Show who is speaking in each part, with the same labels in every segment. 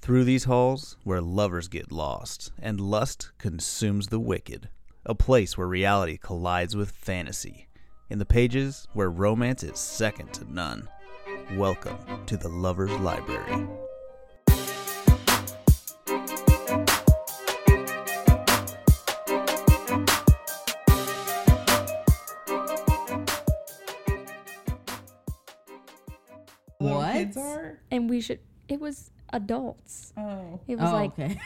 Speaker 1: Through these halls, where lovers get lost and lust consumes the wicked, a place where reality collides with fantasy, in the pages where romance is second to none. Welcome to the Lover's Library.
Speaker 2: Little
Speaker 3: What?
Speaker 2: Kids are?
Speaker 4: and we should it was adults
Speaker 2: Oh.
Speaker 4: it was
Speaker 3: oh,
Speaker 4: like
Speaker 3: okay.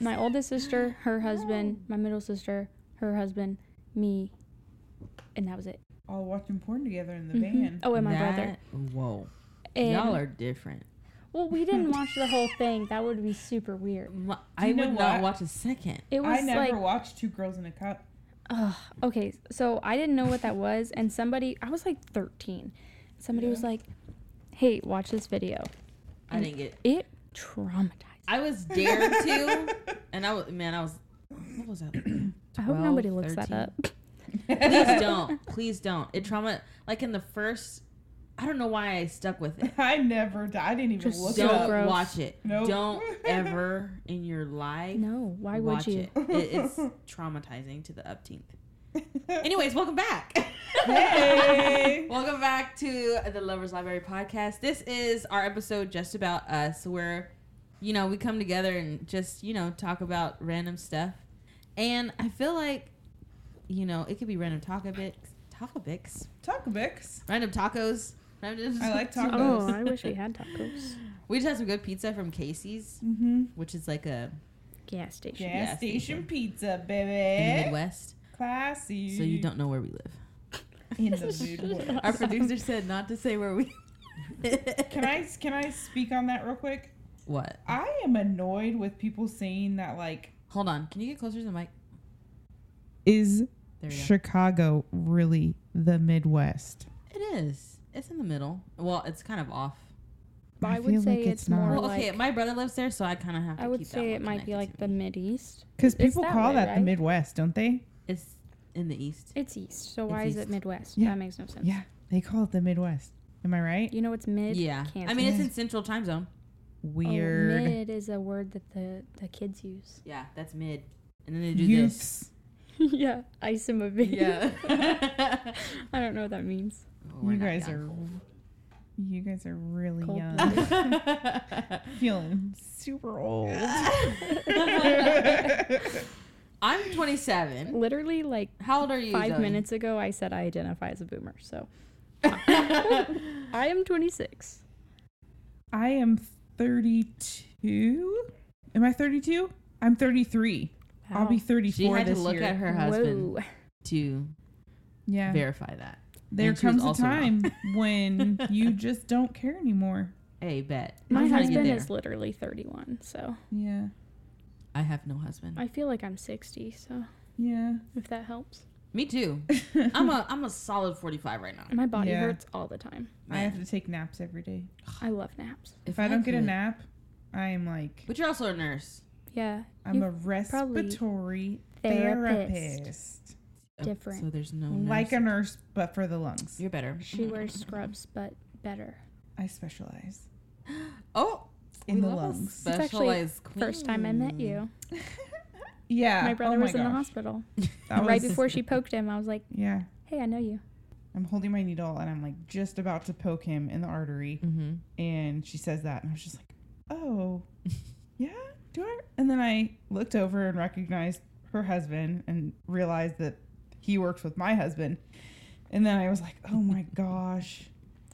Speaker 4: my oldest sister her husband my middle sister her husband me and that was it
Speaker 2: All watching porn together in the
Speaker 4: Mhm.
Speaker 2: van.
Speaker 4: oh and my
Speaker 3: That-
Speaker 4: brother
Speaker 3: Whoa.
Speaker 4: and
Speaker 3: Y'all are different.
Speaker 4: well we didn't watch the whole thing that would be super weird
Speaker 3: My- I
Speaker 2: you know
Speaker 3: would not
Speaker 2: what?
Speaker 3: watch a second.
Speaker 4: it was
Speaker 2: I never
Speaker 4: like
Speaker 2: watched Two Girls in a Cup.
Speaker 4: Ugh, okay, so I didn't know what that was, and somebody, I was like 13. Somebody was like, hey, watch this video.
Speaker 3: I didn't get.
Speaker 4: It traumatized.
Speaker 3: I was dared to, and I was man. I was. What was that?
Speaker 4: I hope
Speaker 3: 12,
Speaker 4: nobody looks
Speaker 3: 13.
Speaker 4: that up.
Speaker 3: Please don't. Please don't. It trauma. Like in the first. I don't know why I stuck with it.
Speaker 2: I never. d- I didn't even
Speaker 4: Just
Speaker 2: look
Speaker 4: so
Speaker 2: it up.
Speaker 3: Don't
Speaker 4: gross.
Speaker 3: watch it.
Speaker 2: Nope.
Speaker 3: Don't ever in your life.
Speaker 4: No, why would
Speaker 3: watch
Speaker 4: you?
Speaker 3: It. It- It's traumatizing to the upteenth. Anyways, welcome back.
Speaker 2: Hey.
Speaker 3: Welcome back to the Lovers Library podcast. This is our episode just about us, where you know we come together and just you know talk about random stuff. And I feel like you know it could be random topics, topics,
Speaker 2: Taco Bix.
Speaker 3: random tacos. Random
Speaker 2: I like tacos.
Speaker 4: Oh, I wish we had tacos.
Speaker 3: We just had some good pizza from Casey's,
Speaker 2: Mm-hmm.
Speaker 3: which is like a
Speaker 4: Gas station.
Speaker 2: Gas
Speaker 3: Gas
Speaker 2: station,
Speaker 3: station.
Speaker 2: pizza,
Speaker 3: in the
Speaker 2: baby.
Speaker 3: Midwest,
Speaker 2: Classy.
Speaker 3: so you don't know where we live.
Speaker 2: In the Midwest.
Speaker 3: Our producer said not to say where we.
Speaker 2: Can I can I speak on that real quick?
Speaker 3: What?
Speaker 2: I am annoyed with people saying that like
Speaker 3: Hold on. Can you get closer to the mic?
Speaker 2: is
Speaker 3: There you go.
Speaker 2: Chicago really the Midwest?
Speaker 3: It is. It's in the middle. Well, it's kind of off.
Speaker 4: But
Speaker 2: I
Speaker 4: I,
Speaker 2: feel
Speaker 4: would say
Speaker 2: like
Speaker 4: it's,
Speaker 2: it's
Speaker 4: more
Speaker 2: not.
Speaker 3: Well, okay.
Speaker 4: like,
Speaker 3: My brother lives there, so I kind of have to.
Speaker 4: I would
Speaker 3: keep that
Speaker 4: say
Speaker 3: one
Speaker 4: it might be
Speaker 3: connected
Speaker 4: like
Speaker 3: to
Speaker 4: the
Speaker 3: me.
Speaker 4: mid east.
Speaker 2: Because
Speaker 4: It's
Speaker 2: people
Speaker 4: that
Speaker 2: call
Speaker 4: way,
Speaker 2: that the
Speaker 4: right?
Speaker 2: Midwest, don't they?
Speaker 3: It's in the east.
Speaker 4: It's east, so
Speaker 3: It's
Speaker 4: why is
Speaker 3: east.
Speaker 4: it Midwest?
Speaker 2: Yeah.
Speaker 4: That makes no sense.
Speaker 2: Yeah, they call it the Midwest. Am I right?
Speaker 4: You know it's mid?
Speaker 3: yeah.
Speaker 4: Kansas.
Speaker 3: I mean, it's in Central Time Zone.
Speaker 4: Oh,
Speaker 2: Weird.
Speaker 4: mid is a word that the, the kids use.
Speaker 3: Yeah, that's mid. And then they do this.
Speaker 2: Youths.
Speaker 4: yeah, isomavie.
Speaker 3: Yeah.
Speaker 4: I don't know what that means.
Speaker 3: Oh, we're
Speaker 2: You
Speaker 3: not
Speaker 2: guys
Speaker 3: young.
Speaker 2: are. You guys are really
Speaker 4: Cold
Speaker 2: young.
Speaker 4: blooded.
Speaker 2: Feeling super old.
Speaker 3: I'm 27.
Speaker 4: Literally, like
Speaker 3: How old are you?
Speaker 4: five
Speaker 3: Zoe?
Speaker 4: minutes ago, I said I identify as a boomer. So I am 26.
Speaker 2: I am 32. Am I 32? I'm 33. I'll be 34
Speaker 3: She had to
Speaker 2: this
Speaker 3: look
Speaker 2: year.
Speaker 3: at her husband
Speaker 4: Whoa.
Speaker 3: to
Speaker 2: yeah.
Speaker 3: verify that.
Speaker 2: there
Speaker 3: and she was
Speaker 2: comes a
Speaker 3: also
Speaker 2: time
Speaker 3: wrong.
Speaker 2: when you just don't care anymore.
Speaker 3: Hey, bet. I'm
Speaker 4: My
Speaker 3: trying to get
Speaker 4: husband
Speaker 3: there.
Speaker 4: is literally 31. So
Speaker 2: Yeah.
Speaker 3: I have no husband.
Speaker 4: I feel like I'm 60. So
Speaker 2: Yeah.
Speaker 4: if that helps,
Speaker 3: Me too. I'm a I'm a solid 45 right now.
Speaker 4: my body
Speaker 2: Yeah.
Speaker 4: hurts all the time.
Speaker 2: I have to take naps every day.
Speaker 4: I love naps.
Speaker 2: If I don't get a
Speaker 3: could-
Speaker 2: nap, I am like
Speaker 3: But you're also a nurse.
Speaker 4: Yeah,
Speaker 2: I'm a
Speaker 4: you- probably
Speaker 2: respiratory
Speaker 4: therapist.
Speaker 2: therapist.
Speaker 3: Oh,
Speaker 4: Different.
Speaker 3: So there's no
Speaker 2: Like a
Speaker 3: nurse.
Speaker 2: nurse, but for the lungs.
Speaker 3: You're better. Mm-hmm.
Speaker 4: She wears scrubs, but better.
Speaker 2: I specialize
Speaker 3: Oh,
Speaker 2: in
Speaker 3: we
Speaker 2: the
Speaker 3: love a
Speaker 2: lungs.
Speaker 4: It's actually
Speaker 3: specialized queen.
Speaker 4: First time I met you,
Speaker 2: Yeah.
Speaker 4: my brother
Speaker 2: Mm. oh
Speaker 4: was in the
Speaker 2: gosh.
Speaker 4: hospital.
Speaker 2: That
Speaker 4: right
Speaker 2: was-
Speaker 4: before she poked him, I was like,
Speaker 2: Yeah.
Speaker 4: "Hey, I know you."
Speaker 2: I'm holding my needle and I'm like just about to poke him in the artery.
Speaker 4: Mm.
Speaker 3: Mm-hmm.
Speaker 2: And she says that. And I was just like, oh, yeah. Do I? And then I looked over and recognized her husband and realized that he works with my husband. And then I was like, oh my gosh.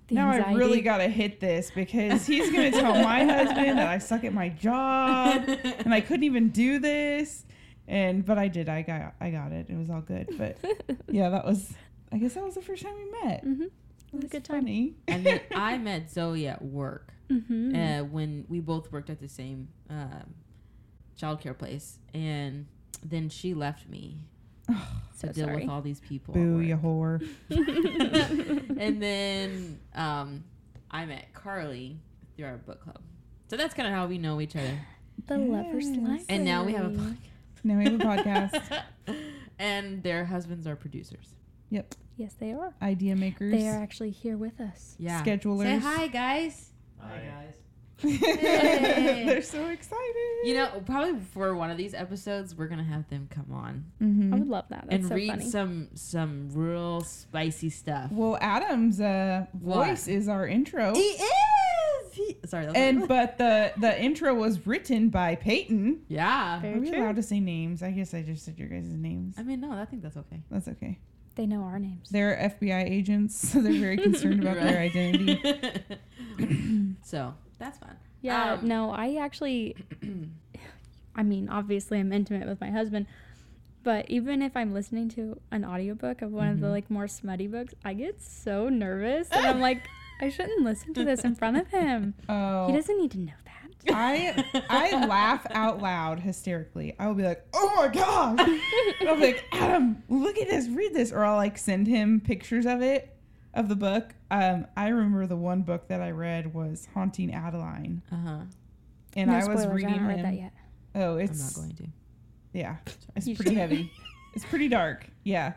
Speaker 4: The
Speaker 2: now I
Speaker 4: anxiety.
Speaker 2: really got to hit this because he's going to tell my husband that I suck at my job and I couldn't even do this. And but I did. I got I got it. It was all good. But yeah, that was I guess that was the first time we met.
Speaker 4: Mhm. It was a
Speaker 2: That's
Speaker 4: good time.
Speaker 2: funny.
Speaker 3: and then I met Zoe at work
Speaker 4: Mm-hmm.
Speaker 3: uh, when we both worked at the same um, childcare place, and then she left me
Speaker 4: So
Speaker 3: to deal
Speaker 4: sorry.
Speaker 3: with all these people. at
Speaker 2: Boo,
Speaker 3: work.
Speaker 2: you whore.
Speaker 3: and then um, I met Carly through our book club. So that's kind of how we know each other.
Speaker 4: The lovers'
Speaker 2: Yes.
Speaker 4: life.
Speaker 3: And now we have a podcast.
Speaker 2: Now we have a podcast.
Speaker 3: and their husbands are producers.
Speaker 2: Yep.
Speaker 4: Yes, they are.
Speaker 2: Idea makers.
Speaker 4: They are actually here with us.
Speaker 3: Yeah.
Speaker 2: Schedulers.
Speaker 3: Say hi, guys. Hi, guys.
Speaker 2: They're so excited.
Speaker 3: You know, probably for one of these episodes, we're gonna have them come on
Speaker 4: I
Speaker 2: Mm-hmm.
Speaker 4: would love that. That's
Speaker 3: and
Speaker 4: so
Speaker 3: read
Speaker 4: funny.
Speaker 3: some some real spicy stuff.
Speaker 2: Well, Adam's uh,
Speaker 3: What?
Speaker 2: voice is our intro,
Speaker 3: He is. He, sorry. That was
Speaker 2: and but the the intro was written by Peyton.
Speaker 3: yeah.
Speaker 4: Very
Speaker 2: Are we
Speaker 4: true.
Speaker 2: allowed to say names? I guess I just said your guys' names.
Speaker 3: I mean, no, I think that's okay.
Speaker 2: That's okay.
Speaker 4: They know our names.
Speaker 2: They're FBI agents, so they're very concerned about their
Speaker 3: Right.
Speaker 2: identity.
Speaker 3: so that's fun.
Speaker 4: Yeah,
Speaker 3: Um,
Speaker 4: no, I actually, I mean, obviously I'm intimate with my husband, but even if I'm listening to an audiobook of one of the like more smutty books, I get so nervous and I'm like, I shouldn't listen to this in front of him. He
Speaker 2: Oh,
Speaker 4: doesn't need to know that.
Speaker 2: I I laugh out loud hysterically. I will be like, "Oh my gosh!" And I'll be like, "Adam, look at this, read this," or I'll like send him pictures of it, of the book. Um, I remember the one book that I read was Haunting Adeline,
Speaker 3: Uh huh.
Speaker 2: and I
Speaker 4: no
Speaker 2: was
Speaker 4: spoilers,
Speaker 2: reading
Speaker 4: I haven't
Speaker 2: him-
Speaker 4: read that yet.
Speaker 2: Oh,
Speaker 3: I'm not
Speaker 2: it's
Speaker 3: going to.
Speaker 2: yeah, it's
Speaker 4: You
Speaker 2: pretty
Speaker 4: should.
Speaker 2: heavy. It's pretty dark. Yeah.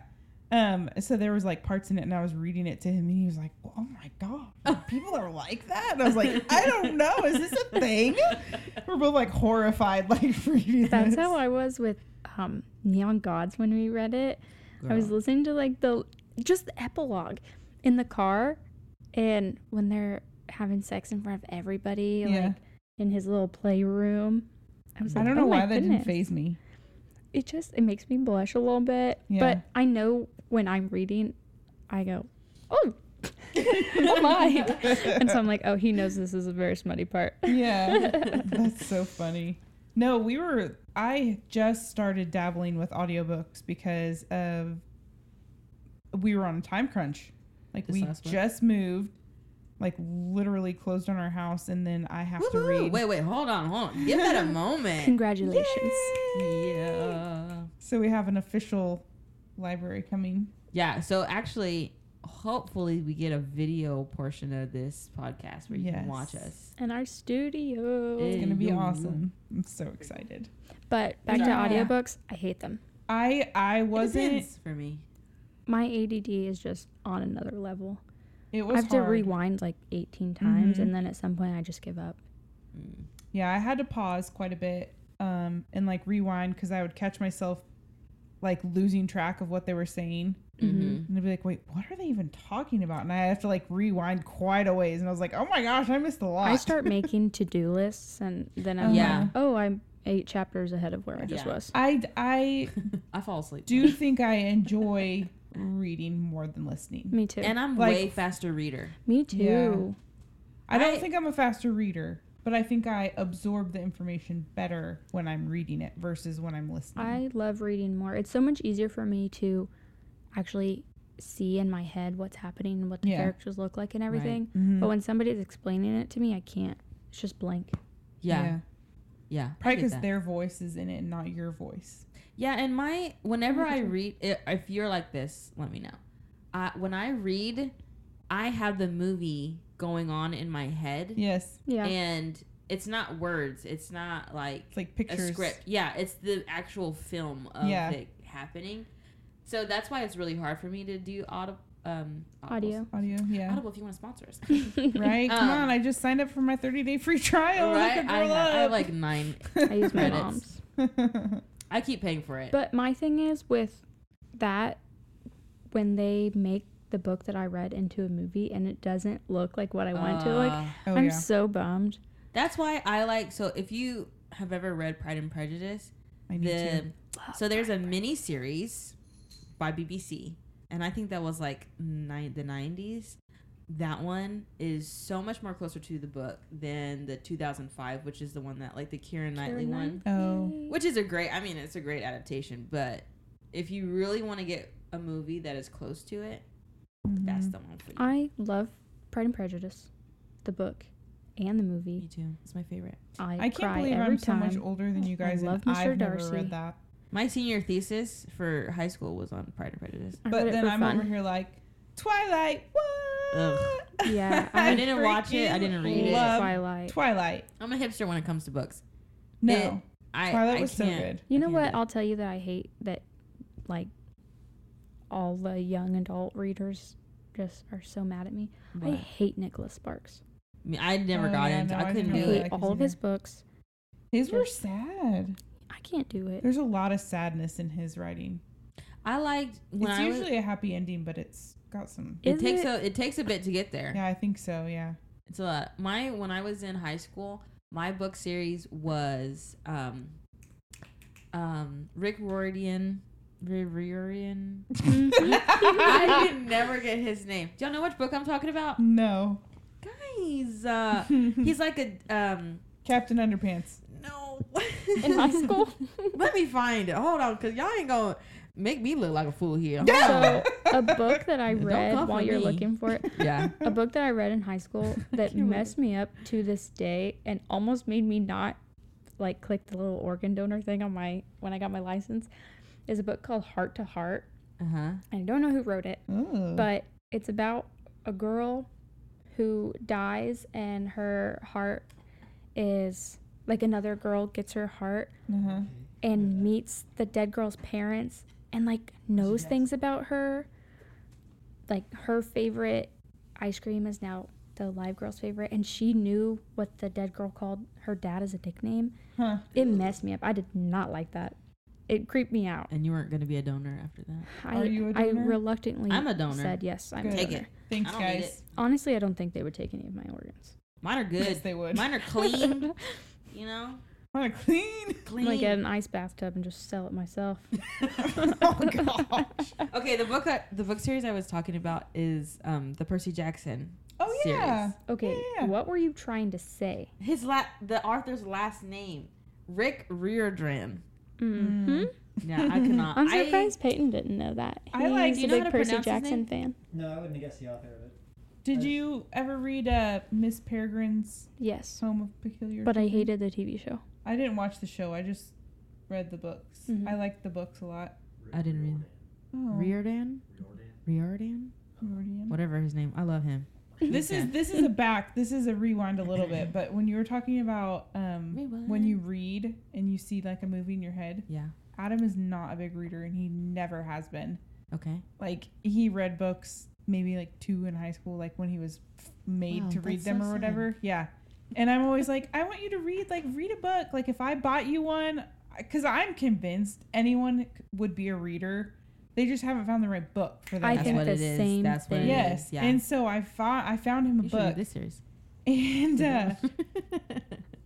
Speaker 2: Um, so there was like parts in it, and I was reading it to him, and he was like, "Oh my god, people are like that." And I was like, "I don't know, is this a thing?" We're both like horrified, like reading
Speaker 4: That's
Speaker 2: this.
Speaker 4: how I was with um, Neon Gods when we read it. I was
Speaker 3: Girl.
Speaker 4: listening to like the just the epilogue in the car, and when they're having sex in front of everybody,
Speaker 2: Yeah.
Speaker 4: like in his little playroom. I was
Speaker 2: I
Speaker 4: like,
Speaker 2: don't know
Speaker 4: oh my
Speaker 2: why that
Speaker 4: goodness.
Speaker 2: didn't phase me.
Speaker 4: It just it makes me blush a little bit,
Speaker 2: Yeah.
Speaker 4: but I know when I'm reading, I go, oh. oh my and so i'm like oh he knows this is a very smutty part
Speaker 2: Yeah, that's so funny. No, we were. I just started dabbling with audiobooks because of we were on a time crunch. Like
Speaker 3: This
Speaker 2: we
Speaker 3: last month?
Speaker 2: just moved, like literally closed on our house, and then I have to
Speaker 3: Woo-hoo.
Speaker 2: read.
Speaker 3: Wait, wait, hold on, hold on. Give that a moment.
Speaker 4: congratulations
Speaker 3: yeah.
Speaker 2: So we have an official library coming.
Speaker 3: Yeah. So actually, hopefully, we get a video portion of this podcast where you
Speaker 2: Yes.
Speaker 3: can watch us.
Speaker 4: and our studio
Speaker 2: It's gonna be
Speaker 3: Hey, yo, yo.
Speaker 2: awesome. I'm so excited.
Speaker 4: but back
Speaker 3: Yeah.
Speaker 4: to audiobooks i hate them
Speaker 2: I I wasn't.
Speaker 3: Depends for me?
Speaker 4: my ADD is just on another level.
Speaker 2: It
Speaker 4: I
Speaker 2: was
Speaker 4: have
Speaker 2: hard.
Speaker 4: to rewind like 18 times,
Speaker 2: Mhm.
Speaker 4: and then at some point I just give up.
Speaker 3: Mm.
Speaker 2: Yeah, I had to pause quite a bit um, and like rewind because I would catch myself like losing track of what they were saying.
Speaker 3: Mhm.
Speaker 2: And I'd be like, wait, what are they even talking about? And I have to like rewind quite a ways. And I was like, oh my gosh, I missed a lot.
Speaker 4: I start making to do lists, and then I'm
Speaker 3: Yeah.
Speaker 4: like, oh, I'm eight chapters ahead of where I just
Speaker 3: Yeah.
Speaker 4: was.
Speaker 2: I, I
Speaker 3: I fall asleep.
Speaker 2: do think I enjoy reading more than listening.
Speaker 4: Me too.
Speaker 3: And I'm
Speaker 2: Like-
Speaker 3: way faster reader.
Speaker 4: Me too.
Speaker 2: Yeah. I don't
Speaker 3: I-
Speaker 2: think I'm a faster reader, but I think I absorb the information better when I'm reading it versus when I'm listening.
Speaker 4: I love reading more. It's so much easier for me to actually see in my head what's happening and what the
Speaker 2: Yeah.
Speaker 4: characters look like and everything.
Speaker 2: Mhm.
Speaker 3: Oh,
Speaker 4: But when somebody's explaining it to me, I can't. It's just blank.
Speaker 3: Yeah. Yeah. I get
Speaker 2: Probably because
Speaker 3: that.
Speaker 2: their voice is in it and not your voice.
Speaker 3: Yeah, and my whenever I read, i- if you're like this, let me know. Uh, when I read, I have the movie going on in my head,
Speaker 2: Yes.
Speaker 4: Yeah.
Speaker 3: and it's not words. It's not like
Speaker 2: It's like
Speaker 3: a
Speaker 2: pictures.
Speaker 3: script. Yeah, it's the actual film of
Speaker 2: Yeah.
Speaker 3: it happening. So that's why it's really hard for me to do audio. Um, audibles.
Speaker 4: Audio.
Speaker 2: Audio, yeah.
Speaker 3: Audible, if you want to sponsor us,
Speaker 2: Right? Come
Speaker 3: Um,
Speaker 2: on, I just signed up for my 30 day free trial. I
Speaker 3: right?
Speaker 2: could
Speaker 3: I,
Speaker 2: roll
Speaker 3: ha- I have
Speaker 2: up.
Speaker 3: like nine.
Speaker 4: I use my
Speaker 3: Credits.
Speaker 4: mom's.
Speaker 3: I keep paying for it.
Speaker 4: But my thing is with that, when they make the book that I read into a movie and it doesn't look like what I want it to look,
Speaker 3: Uh,
Speaker 2: oh,
Speaker 4: I'm
Speaker 2: yeah.
Speaker 4: so bummed.
Speaker 3: That's why I like. So if you have ever read Pride and Prejudice,
Speaker 2: I need
Speaker 3: the
Speaker 2: to.
Speaker 3: so there's a mini series by BBC, and I think that was like nine, the 90s. That one is so much more closer to the book than the 2005, which is the one that like the Kieran Knightley
Speaker 4: Knightley.
Speaker 3: one,
Speaker 2: Oh.
Speaker 3: which is a great. I mean, it's a great adaptation, but if you really want to get a movie that is close to it, that's
Speaker 2: Mhm.
Speaker 3: the one for you.
Speaker 4: I love Pride and Prejudice, the book and the
Speaker 3: Me
Speaker 4: movie.
Speaker 3: too. It's my favorite.
Speaker 4: I,
Speaker 2: I can't
Speaker 4: cry
Speaker 2: believe
Speaker 4: every
Speaker 2: I'm so
Speaker 4: time.
Speaker 2: much older than you
Speaker 4: I
Speaker 2: guys.
Speaker 4: love
Speaker 2: and
Speaker 4: Mr.
Speaker 2: I've never
Speaker 4: Darcy.
Speaker 2: read that.
Speaker 3: My senior thesis for high school was on Pride and Prejudice.
Speaker 4: I
Speaker 2: But
Speaker 4: read it
Speaker 2: then
Speaker 4: for
Speaker 2: I'm
Speaker 4: fun.
Speaker 2: over here like, Twilight, what?
Speaker 3: Ugh.
Speaker 4: Yeah,
Speaker 3: I didn't watch it, I didn't read it.
Speaker 2: love
Speaker 4: Twilight.
Speaker 2: Twilight.
Speaker 3: I'm a hipster when it comes to books.
Speaker 2: No.
Speaker 3: It- I,
Speaker 2: Twilight
Speaker 3: I
Speaker 2: was so
Speaker 3: can't.
Speaker 2: good.
Speaker 4: You
Speaker 3: I
Speaker 4: know
Speaker 3: can't
Speaker 4: what?
Speaker 3: do it.
Speaker 4: I'll tell you that I hate that, like, all the young adult readers just are so mad at me. I
Speaker 3: What?
Speaker 4: hate Nicholas Sparks.
Speaker 3: I mean, I never
Speaker 2: Oh,
Speaker 3: got
Speaker 2: yeah,
Speaker 3: into.
Speaker 2: no,
Speaker 3: I
Speaker 2: I
Speaker 3: couldn't
Speaker 2: never
Speaker 3: do
Speaker 4: hate
Speaker 3: it.
Speaker 2: liked
Speaker 4: all of his books.
Speaker 2: His were sad.
Speaker 4: I can't do it.
Speaker 2: There's a lot of sadness in his writing.
Speaker 3: I liked when
Speaker 2: it's
Speaker 3: I was.
Speaker 2: usually a happy ending, but it's got some.
Speaker 3: It
Speaker 4: Is
Speaker 3: takes
Speaker 4: it-
Speaker 3: a it takes a bit to get there.
Speaker 2: Yeah, I think so. Yeah.
Speaker 3: It's a lot. My when I was in high school, my book series was um, um, Rick Riordan. Riordan.
Speaker 4: Mm-hmm.
Speaker 3: I could never get his name. Do y'all know which book I'm talking about?
Speaker 2: No.
Speaker 3: Guys, uh, he's like a um,
Speaker 2: Captain Underpants.
Speaker 3: no.
Speaker 4: in high school.
Speaker 3: Let me find it. Hold on, cause y'all ain't gonna make me look like a fool here.
Speaker 4: so a book that I
Speaker 3: Don't
Speaker 4: read
Speaker 3: come
Speaker 4: while
Speaker 3: for
Speaker 4: you're
Speaker 3: me.
Speaker 4: looking for it,
Speaker 3: Yeah.
Speaker 4: a book that I read in high school that messed me up to this day and almost made me not like click the little organ donor thing on my when I got my license is a book called Heart to Heart.
Speaker 3: Uh huh.
Speaker 4: I don't know who wrote it,
Speaker 2: Ooh.
Speaker 4: but it's about a girl who dies and her heart is like another girl gets her heart
Speaker 2: uh-huh.
Speaker 4: and meets the dead girl's parents and like knows things about her. Like her favorite ice cream is now the live girl's favorite, and she knew what the dead girl called her dad as a nickname.
Speaker 2: Huh.
Speaker 4: It messed me up. I did not like that. It creeped me out.
Speaker 3: And you weren't gonna be a donor after that.
Speaker 4: I,
Speaker 2: Are you a
Speaker 4: I
Speaker 2: donor?
Speaker 4: reluctantly
Speaker 3: I'm a donor.
Speaker 4: Mm. said yes. I'm a
Speaker 2: Good.
Speaker 3: Take
Speaker 4: donor.
Speaker 3: it.
Speaker 2: Thanks,
Speaker 3: I don't need
Speaker 2: guys.
Speaker 3: it.
Speaker 4: Honestly, I don't think they would take any of my organs.
Speaker 3: Mine are good.
Speaker 2: Yes, they would.
Speaker 3: Mine are clean. you know,
Speaker 4: Oh
Speaker 2: Want to clean?
Speaker 4: I'm
Speaker 3: clean.
Speaker 4: gonna get an ice bathtub and just sell it myself.
Speaker 2: oh gosh.
Speaker 3: Okay, the book I, the book series I was talking about is um the Percy Jackson.
Speaker 2: Oh yeah.
Speaker 4: Okay,
Speaker 2: Yeah.
Speaker 4: what were you trying to say?
Speaker 3: series. His la- the author's last name, Rick Riordan.
Speaker 4: hmm
Speaker 3: Yeah, I cannot.
Speaker 4: I'm
Speaker 3: Mm-hmm. I-
Speaker 4: surprised Peyton didn't know that. He
Speaker 2: I like-
Speaker 4: is
Speaker 3: you
Speaker 4: a
Speaker 3: know how
Speaker 4: big
Speaker 3: to
Speaker 4: Percy
Speaker 3: pronounce his
Speaker 4: Jackson
Speaker 3: name?
Speaker 4: fan.
Speaker 5: No, I wouldn't have guessed the author of it.
Speaker 2: Did you ever read uh, Miss Peregrine's
Speaker 4: Yes,
Speaker 2: Home of Peculiar?
Speaker 4: but I
Speaker 2: Children?
Speaker 4: hated the TV show.
Speaker 2: I didn't watch the show. I just read the books.
Speaker 4: Mhm.
Speaker 2: I liked the books a lot.
Speaker 3: I didn't read
Speaker 2: Oh,
Speaker 3: Riordan. Riordan,
Speaker 2: Riordan.
Speaker 3: whatever his name. I love him.
Speaker 2: This is this is a back. This is a rewind a little bit. But when you were talking about um, when you read and you see like a movie in your head,
Speaker 3: Yeah.
Speaker 2: Adam is not a big reader and he never has been.
Speaker 3: Okay.
Speaker 2: Like he read books maybe like two in high school, like when he was f- made
Speaker 3: Wow,
Speaker 2: to read
Speaker 3: that's
Speaker 2: them
Speaker 3: so
Speaker 2: or
Speaker 3: sad.
Speaker 2: whatever. Yeah. And I'm always like, I want you to read, like, read a book. Like, if I bought you one, because I'm convinced anyone c- would be a reader. They just haven't found the right book for them.
Speaker 4: I
Speaker 3: That's
Speaker 4: think
Speaker 2: yet.
Speaker 3: what
Speaker 4: the
Speaker 3: it is.
Speaker 4: same
Speaker 3: That's what
Speaker 4: thing.
Speaker 3: it is.
Speaker 2: yes.
Speaker 3: Yeah.
Speaker 2: And so I found I found him a
Speaker 3: you should read
Speaker 2: book,
Speaker 3: this series.
Speaker 2: and uh,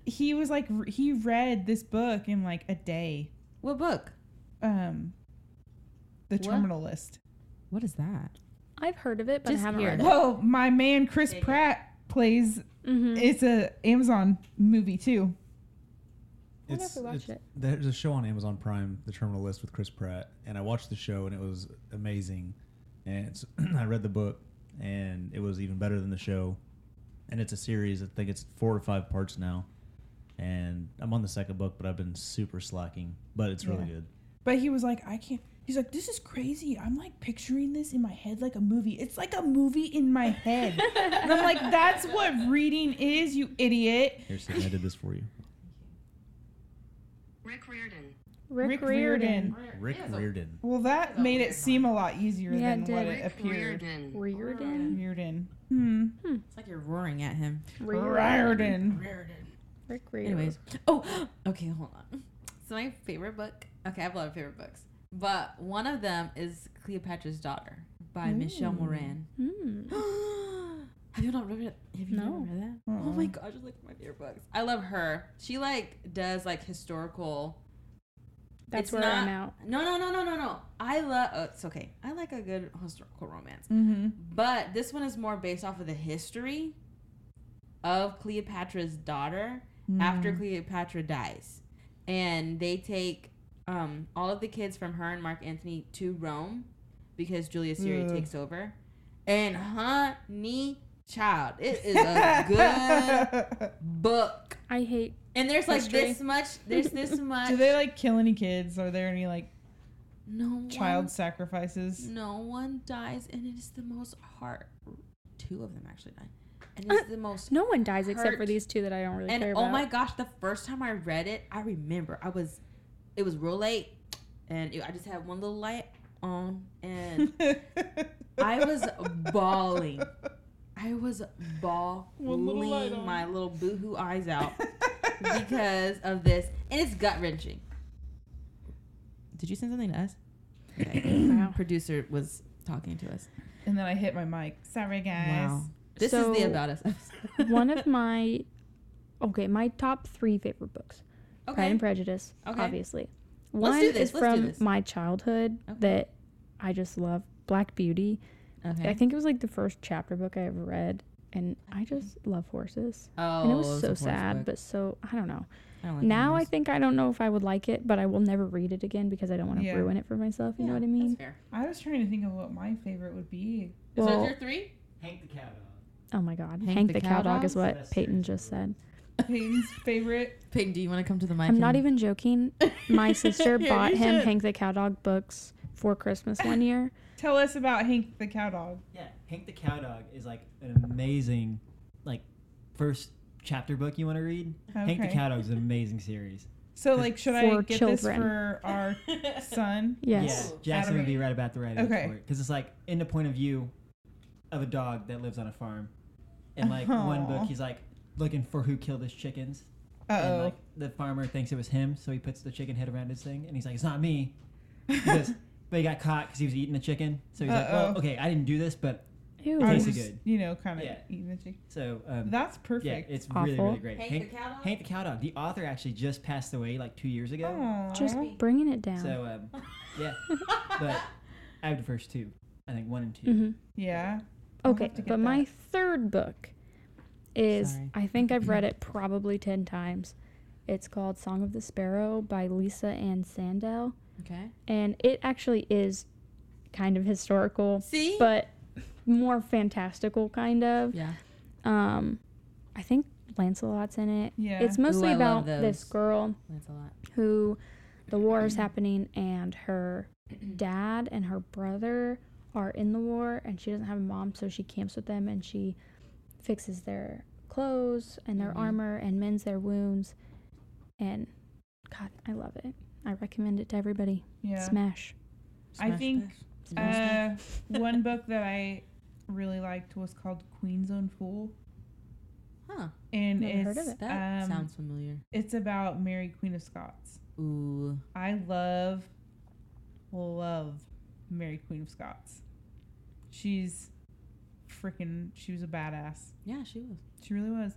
Speaker 2: he was like, re- he read this book in like a day.
Speaker 3: what book?
Speaker 2: Um, the
Speaker 3: What?
Speaker 2: Terminal List.
Speaker 3: What is that?
Speaker 4: I've heard of it, but
Speaker 3: Just
Speaker 4: I haven't
Speaker 3: here.
Speaker 4: read it.
Speaker 2: Whoa, my man Chris
Speaker 3: Dig it.
Speaker 2: Pratt plays
Speaker 4: hmm
Speaker 2: It's a Amazon movie too.
Speaker 4: I'll never watch it.
Speaker 5: There's a show on Amazon Prime, The Terminal List with Chris Pratt, and I watched the show and it was amazing. And it's, I read the book and it was even better than the show. And it's a series. I think it's four or five parts now. And I'm on the second book, but I've been super slacking. But it's really
Speaker 2: Yeah.
Speaker 5: good.
Speaker 2: But he was like, I can't. He's like, this is crazy. I'm like picturing this in my head like a movie. It's like a movie in my head. and I'm like, that's what reading is, you idiot.
Speaker 5: Here, Sydney, I did this for you.
Speaker 6: Rick Riordan.
Speaker 2: Rick
Speaker 4: Rick, Riordan. Oh,
Speaker 5: Rick Reardon.
Speaker 2: Well, that made it seem a lot easier
Speaker 4: Yeah,
Speaker 2: than
Speaker 4: it
Speaker 2: what
Speaker 4: did.
Speaker 2: it appeared.
Speaker 6: Riordan.
Speaker 4: Riordan.
Speaker 2: Reardon. Hmm.
Speaker 3: It's like you're roaring at him.
Speaker 2: Riordan.
Speaker 4: Rick Riordan.
Speaker 3: Anyways, oh, okay, hold on. So my favorite book. Okay, I have a lot of favorite books, but one of them is Cleopatra's Daughter by Michelle Moran.
Speaker 4: Hmm.
Speaker 3: have you not read it? Have you
Speaker 4: No.
Speaker 3: not read that? Oh my gosh, it's like one of my favorite books. I love her. She like does like historical.
Speaker 4: That's
Speaker 3: It's
Speaker 4: where
Speaker 3: not-
Speaker 4: I'm out.
Speaker 3: No, no, no, no, no, no. I love. Oh, it's okay. I like a good historical romance.
Speaker 2: Mm-hmm.
Speaker 3: But this one is more based off of the history of Cleopatra's daughter
Speaker 2: Hmm.
Speaker 3: after Cleopatra dies. And they take um, all of the kids from her and Mark Antony to Rome because Julius Caesar
Speaker 2: Ugh.
Speaker 3: takes over. And honey, child, it is a good book.
Speaker 4: I hate.
Speaker 3: And there's like
Speaker 4: History.
Speaker 3: this much, there's this much.
Speaker 2: Do they like kill any kids? Are there any like
Speaker 3: no
Speaker 2: child
Speaker 3: one-
Speaker 2: sacrifices?
Speaker 3: No one dies, and it is the most heart. Two of them actually die, and
Speaker 2: Uh,
Speaker 3: it's the most
Speaker 4: No one dies except for
Speaker 3: Hurt.
Speaker 4: these two that I don't really
Speaker 3: and
Speaker 4: care
Speaker 3: oh
Speaker 4: about.
Speaker 3: my gosh, the first time I read it, I remember I was, it was real late, and it- I just had one little light on, and I was bawling. I was bawling my little boohoo eyes out because of this, and it's gut wrenching. Did you send something to us? Okay.
Speaker 4: Wow.
Speaker 3: Producer was talking to us.
Speaker 2: And then I hit my mic. Sorry, guys.
Speaker 3: This
Speaker 4: So-
Speaker 3: is the about us. episode.
Speaker 4: One of my okay, my top three favorite books. Pride
Speaker 3: okay.
Speaker 4: and Prejudice,
Speaker 3: Okay.
Speaker 4: obviously.
Speaker 3: Let's
Speaker 4: One
Speaker 3: do this,
Speaker 4: is
Speaker 3: let's do
Speaker 4: from
Speaker 3: this.
Speaker 4: my childhood
Speaker 3: Okay.
Speaker 4: that I just love. Black Beauty. I
Speaker 3: okay.
Speaker 4: think it was like the first chapter book I ever read, and I just love horses.
Speaker 3: Oh,
Speaker 4: and it was
Speaker 3: a
Speaker 4: so
Speaker 3: horse
Speaker 4: sad,
Speaker 3: book.
Speaker 4: but so I don't know.
Speaker 3: I don't like
Speaker 4: now I
Speaker 3: animals.
Speaker 4: think I don't know if I would like it, but I will never read it again because I don't want to
Speaker 2: Yeah.
Speaker 4: ruin it for myself. You know
Speaker 3: Yeah,
Speaker 4: what I mean?
Speaker 3: That's fair.
Speaker 2: I was trying to think of what my favorite would be.
Speaker 3: So
Speaker 4: Well,
Speaker 3: is your three?
Speaker 6: Hank the cow dog.
Speaker 4: oh my God,
Speaker 3: Hank
Speaker 4: Hank,
Speaker 3: the
Speaker 4: the, Cow,
Speaker 3: Cow
Speaker 4: Dog
Speaker 3: Dog?
Speaker 4: is what
Speaker 6: That's
Speaker 4: Peyton
Speaker 6: serious.
Speaker 4: just said.
Speaker 2: Peyton's favorite.
Speaker 3: Pig, do you want to come to the mic?
Speaker 4: I'm not
Speaker 3: and-
Speaker 4: even joking. My sister
Speaker 3: Yeah,
Speaker 4: bought
Speaker 3: you
Speaker 4: him
Speaker 3: should.
Speaker 4: Hank the Cow Dog books for Christmas one year.
Speaker 2: Tell us about Hank the cow dog.
Speaker 6: Yeah, Hank the cow dog is like an amazing, like, first chapter book you want to read. Hank the
Speaker 2: Okay.
Speaker 6: cow dog is an amazing series.
Speaker 2: So, like, should I
Speaker 4: For
Speaker 2: get this
Speaker 4: children.
Speaker 2: for our son?
Speaker 4: Yes.
Speaker 6: Yeah, Jackson would
Speaker 2: Adam-
Speaker 6: be right about the right age
Speaker 2: Okay.
Speaker 6: for it because it's like in the point of view of a dog that lives on a farm, and like one book
Speaker 2: Aw.
Speaker 6: he's like looking for who killed his chickens, and
Speaker 2: Uh
Speaker 6: like the farmer thinks it was him, so he puts the chicken head around his thing, and he's like, "It's not me." He goes, but he got caught because he was eating a chicken, so he's like, "Well,
Speaker 2: Uh-oh.
Speaker 6: okay, I didn't do this, but
Speaker 4: Ew.
Speaker 2: oh. I was
Speaker 6: tasted
Speaker 2: just,
Speaker 6: good.
Speaker 2: you know, kind of
Speaker 6: Yeah.
Speaker 2: eating the chicken.
Speaker 6: so um,
Speaker 2: That's
Speaker 6: yeah,
Speaker 2: perfect.
Speaker 6: it's really
Speaker 4: Awful.
Speaker 6: really great."
Speaker 3: Hank the cow dog?
Speaker 6: Hank the cow dog. The author actually just passed away like two years ago,
Speaker 2: Aw.
Speaker 4: Just bringing it down.
Speaker 6: so um, yeah, but I have the first two. I think one and 2
Speaker 4: Mhm.
Speaker 2: yeah. I'll
Speaker 4: Okay,
Speaker 2: have to get
Speaker 4: but my
Speaker 2: that.
Speaker 4: third book is
Speaker 3: Sorry.
Speaker 4: I think I've
Speaker 2: Mm-hmm.
Speaker 4: read it probably 10 times. It's called Song of the Sparrow by Lisa Ann Sandel,
Speaker 3: Okay.
Speaker 4: and it actually is kind of historical,
Speaker 3: See?
Speaker 4: but more fantastical kind of.
Speaker 3: yeah.
Speaker 4: Um I think Lancelot's in it.
Speaker 2: Yeah.
Speaker 4: It's mostly
Speaker 3: I love
Speaker 4: about this
Speaker 3: those.
Speaker 4: girl
Speaker 3: That's a lot.
Speaker 4: who the war is happening and her dad and her brother are in the war and she doesn't have a mom so she camps with them and she fixes their clothes and their
Speaker 2: Mm-hmm.
Speaker 3: Mhm.
Speaker 4: armor and mends their wounds and god i love it i recommend it to everybody
Speaker 2: yeah.
Speaker 4: smash
Speaker 2: I
Speaker 3: Smash
Speaker 2: think,
Speaker 3: Bros. Smash Bros.
Speaker 2: Uh, one book that I really liked was called Queen's Own Fool,
Speaker 3: Huh.
Speaker 2: and
Speaker 4: Never heard
Speaker 2: it's
Speaker 4: of it.
Speaker 3: That
Speaker 2: um,
Speaker 3: sounds familiar.
Speaker 2: it's about Mary Queen of Scots.
Speaker 3: Ooh.
Speaker 2: I love, love Mary Queen of Scots. She's freaking. She was a badass.
Speaker 3: Yeah, she was.
Speaker 2: She really was.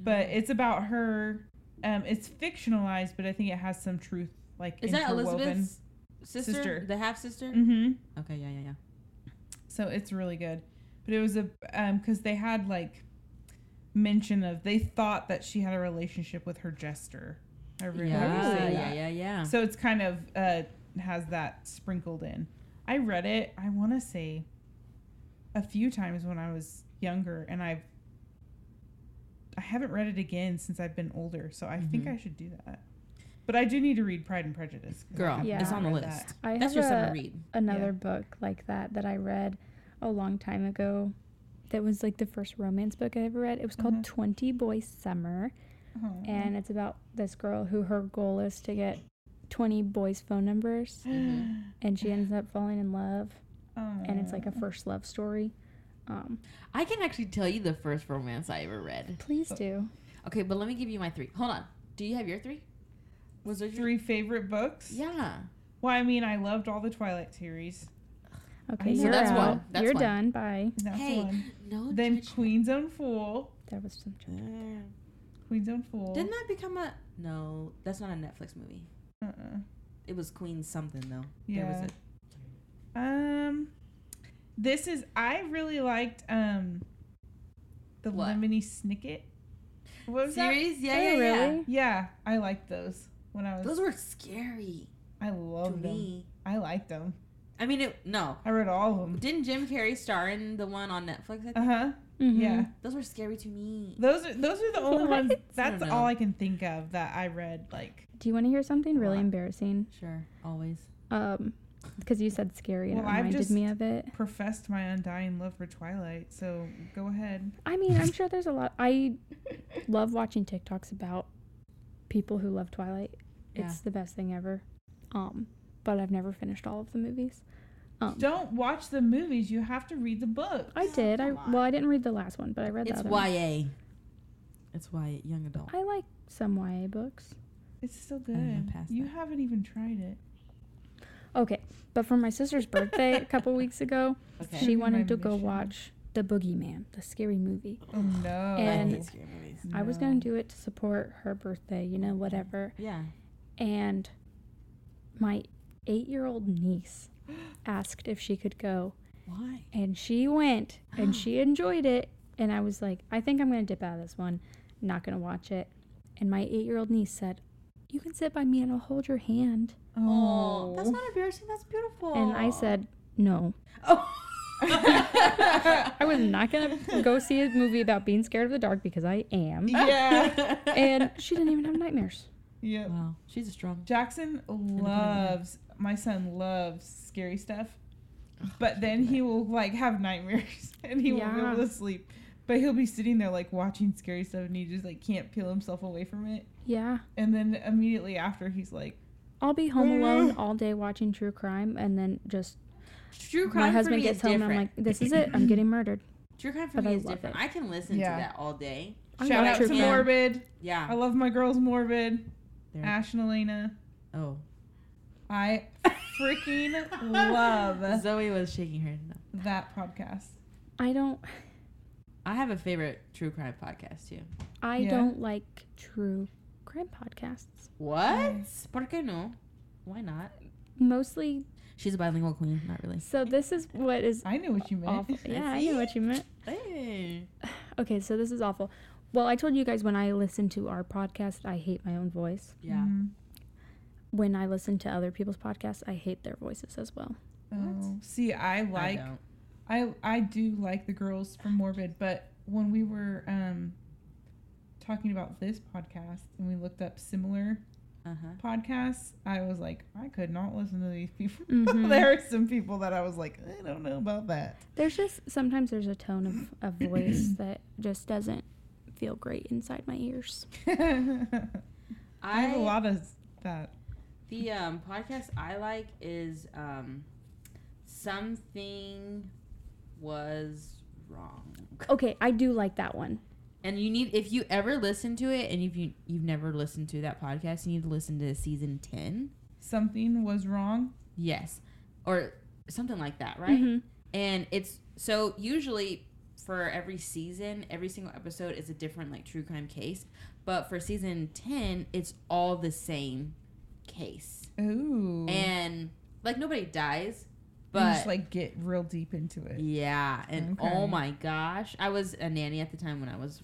Speaker 2: But
Speaker 3: Mm-hmm.
Speaker 2: it's about her. Um, it's fictionalized, but I think it has some truth. Like
Speaker 3: Is that
Speaker 2: interwoven.
Speaker 3: Elizabeth's sister?
Speaker 2: Sister.
Speaker 3: The half sister?
Speaker 2: Mm-hmm.
Speaker 3: Okay, yeah, yeah, yeah.
Speaker 2: So it's really good. But it was a um because they had like mention of they thought that she had a relationship with her jester. I remember
Speaker 3: Ah, yeah,
Speaker 4: Oh,
Speaker 2: saying
Speaker 3: yeah,
Speaker 2: that.
Speaker 3: yeah, yeah.
Speaker 2: So it's kind of uh has that sprinkled in. I read it. I want to say a few times when I was younger, and I've I haven't read it again since I've been older. So I think
Speaker 3: Mhm.
Speaker 2: I should do that. But I do need to read Pride and Prejudice. 'cause I
Speaker 3: Girl,
Speaker 2: haven't
Speaker 4: Yeah.
Speaker 3: it's on the
Speaker 2: read
Speaker 3: list.
Speaker 2: that.
Speaker 4: i
Speaker 3: That's your
Speaker 4: have
Speaker 3: summer
Speaker 4: a-
Speaker 3: read.
Speaker 4: another book like that that i read a long time ago that was like the first romance book i ever read it was called
Speaker 2: Mhm.
Speaker 4: 20 boy summer
Speaker 2: Oh.
Speaker 4: and it's about this girl who her goal is to get 20 boys' phone numbers,
Speaker 3: Mhm.
Speaker 4: and she ends up falling in love, and it's like
Speaker 2: Aw.
Speaker 4: a first love story. Um,
Speaker 3: I can actually tell you the first romance I ever read.
Speaker 4: please do.
Speaker 3: Okay, but let me give you my three. Hold on. Do you have your three? Was there your
Speaker 2: Um, three favorite books.
Speaker 3: Yeah.
Speaker 2: Well, I mean, I loved all the Twilight series.
Speaker 4: Okay,
Speaker 2: know.
Speaker 4: you're
Speaker 2: That's
Speaker 4: out.
Speaker 3: one. That's
Speaker 4: you're
Speaker 3: one.
Speaker 4: done. Bye.
Speaker 2: That's
Speaker 3: hey,
Speaker 2: one.
Speaker 3: no.
Speaker 2: Then
Speaker 3: judgment.
Speaker 2: Queen's Own Fool.
Speaker 4: That was some.
Speaker 2: Queen's Own Fool.
Speaker 3: Didn't that become a? No, that's not a Netflix movie.
Speaker 2: uh-uh.
Speaker 3: It was Queen something though. There
Speaker 2: Yeah.
Speaker 3: was
Speaker 2: Um, this is I really liked um, the
Speaker 3: What?
Speaker 2: Lemony Snicket. What
Speaker 3: a
Speaker 2: was
Speaker 3: series. Yeah,
Speaker 4: Oh,
Speaker 3: yeah, yeah.
Speaker 4: really?
Speaker 2: that? Yeah, I liked those when I was.
Speaker 3: Those were scary
Speaker 2: I
Speaker 3: to
Speaker 2: loved them.
Speaker 3: me.
Speaker 2: I liked them.
Speaker 3: I mean, it, no.
Speaker 2: I read all of them.
Speaker 3: Didn't Jim Carrey star in the one on Netflix? I think?
Speaker 2: Uh huh.
Speaker 4: Mhm.
Speaker 2: Yeah.
Speaker 3: Those were scary to me.
Speaker 2: Those are those are the only
Speaker 4: What?
Speaker 2: ones.
Speaker 4: I
Speaker 2: That's
Speaker 3: don't
Speaker 2: all
Speaker 3: know.
Speaker 2: I can think of that I read. Like,
Speaker 4: Do you want to hear something really
Speaker 3: What?
Speaker 4: embarrassing?
Speaker 3: Sure, always.
Speaker 4: Um, because you said scary and
Speaker 2: Well,
Speaker 4: it
Speaker 2: I've
Speaker 4: reminded
Speaker 2: just-
Speaker 4: me of it.
Speaker 2: professed my undying love for Twilight. So go ahead.
Speaker 4: I mean, I'm sure there's a lot. I love watching TikToks about people who love Twilight.
Speaker 3: Yeah.
Speaker 4: It's the best thing ever. Um, but I've never finished all of the movies. Um,
Speaker 2: Don't watch the movies. You have to read the book.
Speaker 4: I did. I well, I didn't read the last one, but I read
Speaker 3: It's
Speaker 4: that.
Speaker 3: YA. It's YA, young adult.
Speaker 4: I like some YA books.
Speaker 2: It's still
Speaker 3: I'm
Speaker 2: good.
Speaker 3: past
Speaker 2: You
Speaker 3: that.
Speaker 2: haven't even tried it.
Speaker 4: Okay, but for my sister's birthday a couple weeks ago,
Speaker 3: Okay.
Speaker 4: she
Speaker 2: Maybe my
Speaker 4: wanted to go
Speaker 2: mission.
Speaker 4: watch The Boogeyman, the scary movie.
Speaker 2: Oh no.
Speaker 3: I
Speaker 4: And-
Speaker 3: hate scary movies.
Speaker 4: I was gonna
Speaker 2: No.
Speaker 4: do it to support her birthday, you know, whatever.
Speaker 3: Yeah.
Speaker 4: And my eight-year-old niece asked if she could go,
Speaker 3: Why?
Speaker 4: and she went and she enjoyed it and i was like i think i'm gonna dip out of this one not gonna watch it and my eight-year-old niece said you can sit by me and i'll hold your hand
Speaker 3: Oh,
Speaker 2: Oh.
Speaker 3: that's not embarrassing. That's beautiful.
Speaker 4: and i said no
Speaker 3: oh.
Speaker 4: i was not gonna go see a movie about being scared of the dark because i am
Speaker 2: yeah.
Speaker 4: and she didn't even have nightmares
Speaker 2: yep.
Speaker 3: Wow, she's a strong.
Speaker 2: Jackson loves my son loves scary stuff, but then he will like have nightmares and he won't be
Speaker 4: Yeah.
Speaker 2: able to sleep. But he'll be sitting there like watching scary stuff and he just like can't peel himself away from it.
Speaker 4: yeah
Speaker 2: And then immediately after he's like,
Speaker 4: i'll be home
Speaker 3: Mm-hmm.
Speaker 4: alone all day watching true crime and then just
Speaker 3: True crime.
Speaker 4: my
Speaker 3: for
Speaker 4: husband
Speaker 3: me
Speaker 4: gets
Speaker 3: is
Speaker 4: home
Speaker 3: different.
Speaker 4: and i'm like this is it i'm getting murdered
Speaker 3: true crime for
Speaker 4: but
Speaker 3: me
Speaker 4: I
Speaker 3: is
Speaker 4: love
Speaker 3: different.
Speaker 4: it.
Speaker 3: I can listen
Speaker 2: Yeah.
Speaker 3: to that all day.
Speaker 4: I
Speaker 2: Shout
Speaker 4: love
Speaker 2: out
Speaker 4: true
Speaker 2: to
Speaker 4: crime.
Speaker 2: Morbid. I
Speaker 3: Yeah.
Speaker 2: love my girls Morbid.
Speaker 3: They're-
Speaker 2: Ash and Elena.
Speaker 3: Oh,
Speaker 2: I freaking love
Speaker 3: Zoe was shaking her. head No.
Speaker 2: that podcast.
Speaker 4: i don't
Speaker 3: I have a favorite true crime podcast too.
Speaker 4: i
Speaker 2: Yeah.
Speaker 4: don't like true crime podcasts
Speaker 3: What? Por qué no? Why not?
Speaker 4: mostly
Speaker 3: She's a bilingual queen. Not really.
Speaker 4: So this is what is
Speaker 2: I knew what you meant.
Speaker 4: awful. Yeah, I knew what you meant.
Speaker 3: Hey.
Speaker 4: Okay, so this is awful. Well, I told you guys when I listen to our podcast, I hate my own voice.
Speaker 3: Yeah.
Speaker 2: Mhm.
Speaker 4: When I listen to other people's podcasts, I hate their voices as well.
Speaker 2: Oh, see, I like
Speaker 3: I don't.
Speaker 2: I I do like the girls from Morbid, but when we were um talking about this podcast and we looked up similar
Speaker 3: Uh-huh.
Speaker 2: podcasts, I was like, I could not listen to these people.
Speaker 4: Mhm.
Speaker 2: there are some people that I was like, I don't know about that.
Speaker 4: There's just sometimes there's a tone of, of voice that just doesn't feel great inside my ears.
Speaker 2: I,
Speaker 3: I
Speaker 2: have a lot of that.
Speaker 3: The um, podcast I like is um, something was wrong,
Speaker 4: Okay, I do like that one.
Speaker 3: and you need if you ever listen to it, and if you you've never listened to that podcast, you need to listen to season ten.
Speaker 2: Something was wrong.
Speaker 3: Yes, or something like that,
Speaker 2: Mm-hmm.
Speaker 3: right?
Speaker 4: Mhm.
Speaker 3: And it's so usually for every season, every single episode is a different like true crime case, but for season ten, it's all the same case,
Speaker 2: Ooh.
Speaker 3: and like nobody dies,
Speaker 2: Mm-hmm. You
Speaker 3: but
Speaker 2: just like get real deep into it.
Speaker 3: Yeah, and oh
Speaker 2: Okay.
Speaker 3: my gosh, I was a nanny at the time when I was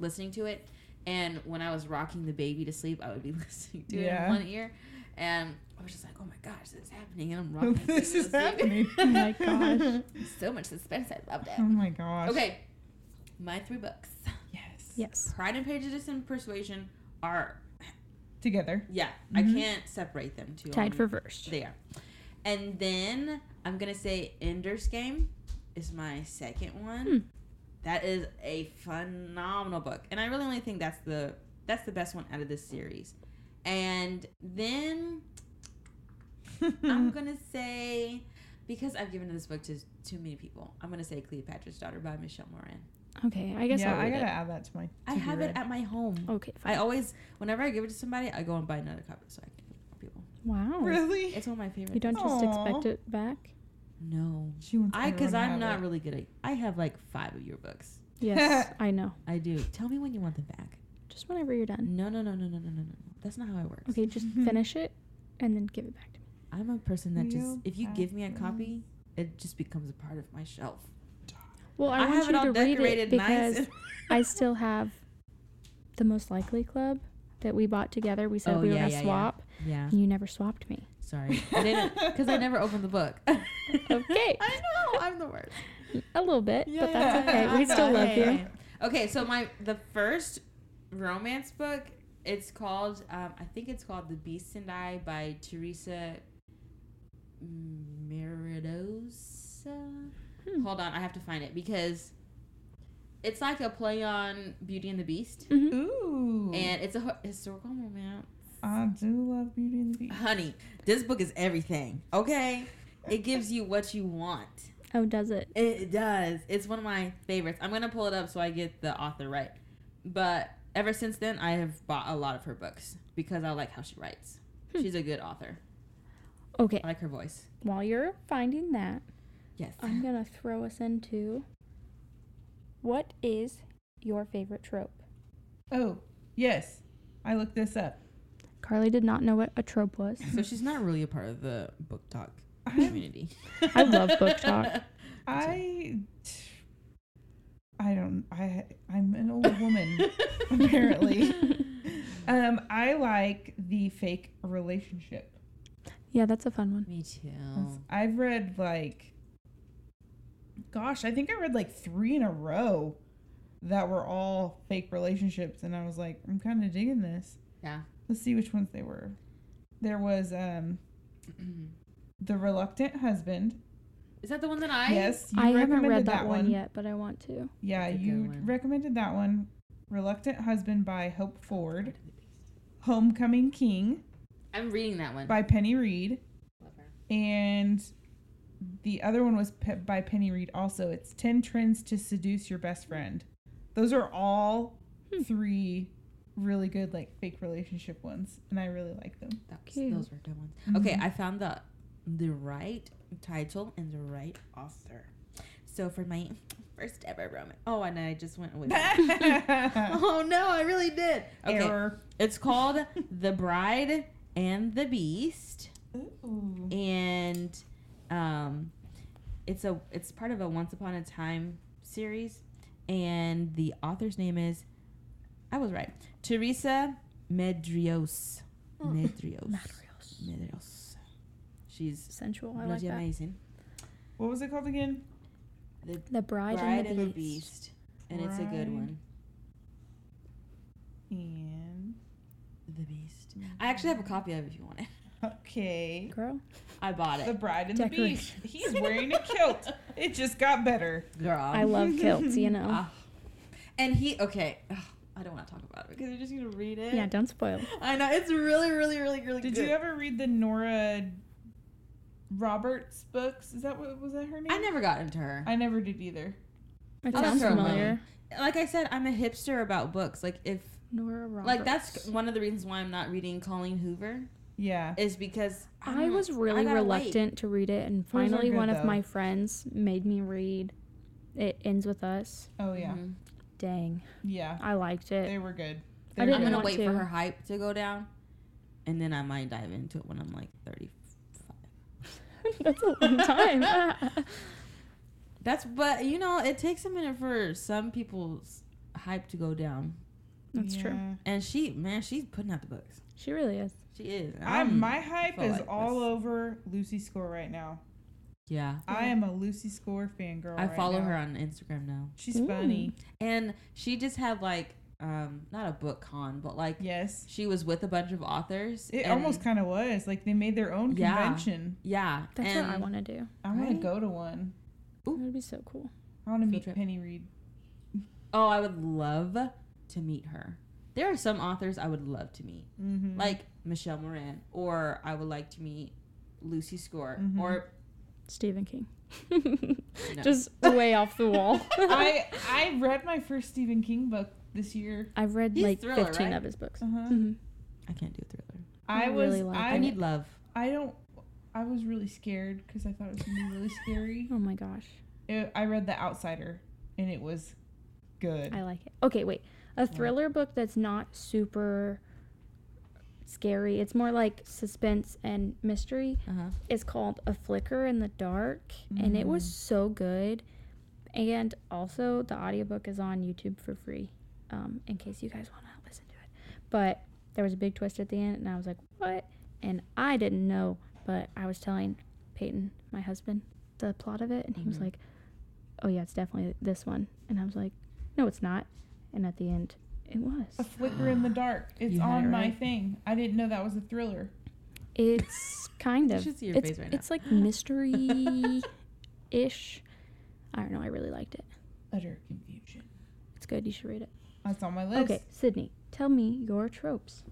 Speaker 3: listening to it, and when I was rocking the baby to sleep, I would be listening to it
Speaker 2: Yeah.
Speaker 3: in one ear, and I was just like, oh my gosh, this is happening, and I'm rocking. the baby
Speaker 2: this is
Speaker 3: to sleep.
Speaker 2: happening.
Speaker 4: Oh my gosh.
Speaker 3: So much suspense, I loved
Speaker 2: Oh
Speaker 3: it.
Speaker 2: my gosh.
Speaker 3: Okay, my three books,
Speaker 2: Yes.
Speaker 4: Yes.
Speaker 3: Pride and Prejudice and Persuasion, are
Speaker 2: Together.
Speaker 3: yeah, I can't separate them too.
Speaker 4: Tied for first.
Speaker 3: There. And then I'm gonna say Ender's Game is my second one.
Speaker 4: Hmm.
Speaker 3: That is a phenomenal book, and I really only think that's the that's the best one out of this series. And then
Speaker 2: Hmm.
Speaker 3: I'm gonna say because I've given this book to too many people, I'm gonna say Cleopatra's Daughter by Michelle Moran.
Speaker 4: Okay, I guess
Speaker 2: yeah,
Speaker 4: I'll
Speaker 2: I
Speaker 4: read
Speaker 2: gotta
Speaker 4: it.
Speaker 2: add that to my.
Speaker 3: I
Speaker 2: to-do
Speaker 3: have
Speaker 2: list.
Speaker 3: it at my home.
Speaker 4: Okay, fine.
Speaker 3: I always whenever I give it to somebody, I go and buy another copy so I can give it to people.
Speaker 4: wow.
Speaker 2: Really?
Speaker 3: It's one of my favorites.
Speaker 4: You don't just
Speaker 2: Aw.
Speaker 4: expect it back?
Speaker 3: No.
Speaker 2: She wants
Speaker 3: I because
Speaker 2: everyone to
Speaker 3: I'm
Speaker 2: have
Speaker 3: not
Speaker 2: it.
Speaker 3: really good at. I have like five of your books.
Speaker 4: Yes, I know.
Speaker 3: I do. Tell me when you want them back.
Speaker 4: Just whenever you're done.
Speaker 3: No, no, no, no, no, no, no, no. no. That's not how it works.
Speaker 4: Okay, just finish it and then give it back to me.
Speaker 3: I'm a person that just
Speaker 2: You
Speaker 3: if you
Speaker 2: have
Speaker 3: give me a
Speaker 2: them.
Speaker 3: copy, it just becomes a part of my shelf.
Speaker 4: Well,
Speaker 3: I
Speaker 4: I, want
Speaker 3: have
Speaker 4: you
Speaker 3: it all
Speaker 4: to read it
Speaker 3: decorated nice
Speaker 4: because
Speaker 3: and-
Speaker 4: I still have the most likely club that we bought together. We said
Speaker 3: Oh,
Speaker 4: we were
Speaker 3: yeah,
Speaker 4: gonna
Speaker 3: yeah, yeah.
Speaker 4: swap,
Speaker 3: Yeah.
Speaker 4: and you never swapped me.
Speaker 3: Sorry. I didn't because I never opened the book. okay.
Speaker 4: Okay.
Speaker 3: I know. I'm the worst.
Speaker 4: A little bit, but that's
Speaker 3: Yeah,
Speaker 4: okay.
Speaker 3: I
Speaker 4: we still
Speaker 3: know.
Speaker 4: love
Speaker 3: Hey,
Speaker 4: you.
Speaker 3: hey. Okay, so my the first romance book, it's called um, I think it's called The Beast and I by Teresa Meridosa.
Speaker 4: Hmm.
Speaker 3: Hold on, I have to find it because it's like a play on Beauty and the Beast,
Speaker 4: Mhm.
Speaker 2: Ooh.
Speaker 3: and it's a ho- historical romance.
Speaker 2: I do love Beauty and the Beast.
Speaker 3: Honey, this book is everything. Okay, It gives you what you want.
Speaker 4: Oh, does it?
Speaker 3: It does. It's one of my favorites. I'm gonna pull it up so I get the author right. But ever since then, I have bought a lot of her books because I like how she writes. She's a good author.
Speaker 4: Okay.
Speaker 3: I like her voice.
Speaker 4: While you're finding that,
Speaker 3: Yes.
Speaker 4: I'm gonna throw us into what is your favorite trope?
Speaker 2: Oh, yes. I looked this up.
Speaker 4: Carly did not know what a trope was.
Speaker 3: So she's not really a part of the book talk
Speaker 2: I,
Speaker 3: community.
Speaker 4: I love book talk.
Speaker 2: I, I don't. I I'm an old woman. Apparently. um, I like the fake relationship.
Speaker 4: Yeah, that's a fun one.
Speaker 3: Me too.
Speaker 2: I've read like, gosh, I think I read like three in a row that were all fake relationships, and I was like, I'm kind of digging this.
Speaker 3: Yeah.
Speaker 2: Let's see which ones they were. There was um, the reluctant husband.
Speaker 3: Is that the one that I?
Speaker 2: yes,
Speaker 4: I haven't read that, one yet, but I want to.
Speaker 2: Yeah,
Speaker 3: That's a good
Speaker 2: you
Speaker 3: one.
Speaker 2: recommended that one. Reluctant Husband by Hope Ford. Homecoming King
Speaker 3: I'm reading that one.
Speaker 2: by Penny Reed.
Speaker 3: Love her.
Speaker 2: And the other one was pe- by Penny Reed also. It's 10 Trends to Seduce Your Best Friend. Those are all
Speaker 3: Hmm.
Speaker 2: three really good, like, fake relationship ones. And I really like them.
Speaker 3: That was,
Speaker 4: Cute.
Speaker 3: those were good ones. Okay, I found the the right title and the right author. So for my first ever romance. Oh, and I just went away. oh no, I really did. Okay,
Speaker 2: Error.
Speaker 3: it's called The Bride and the Beast,
Speaker 2: Ooh.
Speaker 3: and um, it's a it's part of a Once Upon a Time series, and the author's name is I was right, Teresa Medrios.
Speaker 4: Hmm.
Speaker 3: Medrios. Medeiros. She's
Speaker 4: Sensual. Oh, I like
Speaker 3: bloody
Speaker 4: that.
Speaker 3: amazing.
Speaker 2: What was it called again?
Speaker 4: The Bride,
Speaker 3: Bride
Speaker 4: and the Beast.
Speaker 3: Beast. And it's a good
Speaker 2: Bride.
Speaker 3: one.
Speaker 2: And.
Speaker 3: The Beast. I actually have a copy of it if you want it.
Speaker 2: Okay.
Speaker 4: Girl.
Speaker 3: I bought
Speaker 2: The
Speaker 3: it.
Speaker 2: Bride and
Speaker 4: Decoration.
Speaker 2: the Beast. He's wearing a kilt. It just got better.
Speaker 3: Girl.
Speaker 4: I love kilts, you know.
Speaker 3: Ah. and he, okay. Ugh, I don't want to talk about it because you're just going to read it.
Speaker 4: yeah, don't spoil.
Speaker 3: I know. It's really, really, really, really
Speaker 2: Did
Speaker 3: good.
Speaker 2: you ever read the Nora Roberts books? Is that what was that her name?
Speaker 3: I never got into her.
Speaker 2: I never did either.
Speaker 4: It
Speaker 3: I'll
Speaker 4: sounds
Speaker 3: throw mine.
Speaker 4: familiar.
Speaker 3: Like I said, I'm a hipster about books. Like, if,
Speaker 4: Nora Roberts.
Speaker 3: like, that's one of the reasons why I'm not reading Colleen Hoover
Speaker 2: Yeah.
Speaker 3: is because
Speaker 4: I
Speaker 3: don't-
Speaker 4: was really
Speaker 3: gotta wait.
Speaker 4: reluctant to read it, and
Speaker 2: are
Speaker 4: finally,
Speaker 2: good,
Speaker 4: one
Speaker 2: though.
Speaker 4: of my friends made me read. It ends with us.
Speaker 2: Oh yeah.
Speaker 3: Mhm.
Speaker 4: Dang,
Speaker 3: mm-hmm.
Speaker 2: Yeah.
Speaker 4: I liked it.
Speaker 2: They were good. They
Speaker 4: I
Speaker 2: were
Speaker 4: didn't
Speaker 3: I'm
Speaker 2: good.
Speaker 3: gonna
Speaker 4: want
Speaker 3: wait
Speaker 4: to.
Speaker 3: for her hype to go down, and then I might dive into it when I'm like 35.
Speaker 4: That's a long time.
Speaker 3: That's but you know it takes a minute for some people's hype to go down.
Speaker 4: That's true.
Speaker 2: Yeah.
Speaker 3: And she, man, she's putting out the books.
Speaker 4: She really is.
Speaker 3: She is.
Speaker 2: I
Speaker 3: I'm-
Speaker 2: my hype
Speaker 3: feel
Speaker 2: is
Speaker 3: like
Speaker 2: all
Speaker 3: this.
Speaker 2: over Lucy Score right now.
Speaker 3: yeah.
Speaker 2: I am a Lucy Score fangirl.
Speaker 3: I
Speaker 2: right
Speaker 3: follow
Speaker 2: now.
Speaker 3: her on Instagram now,
Speaker 2: She's
Speaker 4: Ooh.
Speaker 2: funny.
Speaker 3: and she just had like um not a book con, but like
Speaker 2: Yes.
Speaker 3: she was with a bunch of authors.
Speaker 2: It
Speaker 3: and-
Speaker 2: almost kind of was like they made their own
Speaker 3: Yeah.
Speaker 2: convention.
Speaker 3: yeah.
Speaker 4: That's
Speaker 3: and
Speaker 4: what I want to do.
Speaker 2: I want
Speaker 3: Right?
Speaker 2: to go to one.
Speaker 4: It would be so cool.
Speaker 2: I want to
Speaker 3: Field
Speaker 2: meet
Speaker 3: trip.
Speaker 2: Penny Reed.
Speaker 3: Oh, I would love to meet her. There are some authors I would love to meet.
Speaker 2: Mm-hmm.
Speaker 3: like Michelle Moran, or I would like to meet Lucy Score,
Speaker 2: Mhm.
Speaker 3: or
Speaker 4: Stephen King.
Speaker 3: No.
Speaker 4: Just way off the wall.
Speaker 2: I I read my first Stephen King book this year.
Speaker 4: I've read
Speaker 3: He's
Speaker 4: like
Speaker 3: Thriller,
Speaker 4: 15
Speaker 3: right?
Speaker 4: of his books.
Speaker 2: Uh-huh.
Speaker 4: Mhm.
Speaker 3: I can't do a thriller.
Speaker 2: I,
Speaker 4: I
Speaker 2: was
Speaker 4: really like
Speaker 2: I,
Speaker 3: Hmm. I, need love.
Speaker 2: I don't I was really scared because I thought it was gonna be really scary.
Speaker 4: Oh my gosh.
Speaker 2: It, I read The Outsider and it was good.
Speaker 4: I like it. Okay, wait. A thriller book that's not super scary. It's more like suspense and mystery.
Speaker 3: Uh-huh.
Speaker 4: It's called A Flicker in the Dark, and it was so good. And also, the audiobook is on YouTube for free um, in case you guys want to listen to it. But there was a big twist at the end, and I was like, what? And I didn't know, but I was telling Peyton, my husband, the plot of it, and he was like, oh, yeah, it's definitely this one. And I was like, no, it's not. And at the end, it
Speaker 2: a
Speaker 4: was.
Speaker 2: flicker in the dark. It's
Speaker 3: You had
Speaker 2: on
Speaker 3: it
Speaker 2: my
Speaker 3: right.
Speaker 2: thing. I didn't know that was a thriller.
Speaker 4: It's kind
Speaker 3: You
Speaker 4: of.
Speaker 3: should see your
Speaker 4: it's,
Speaker 3: face right now.
Speaker 4: It's like mystery ish. I don't know. I really liked it.
Speaker 2: Utter confusion.
Speaker 4: It's good. You should read it.
Speaker 2: That's on my list.
Speaker 4: Okay, Sydney, tell me your tropes.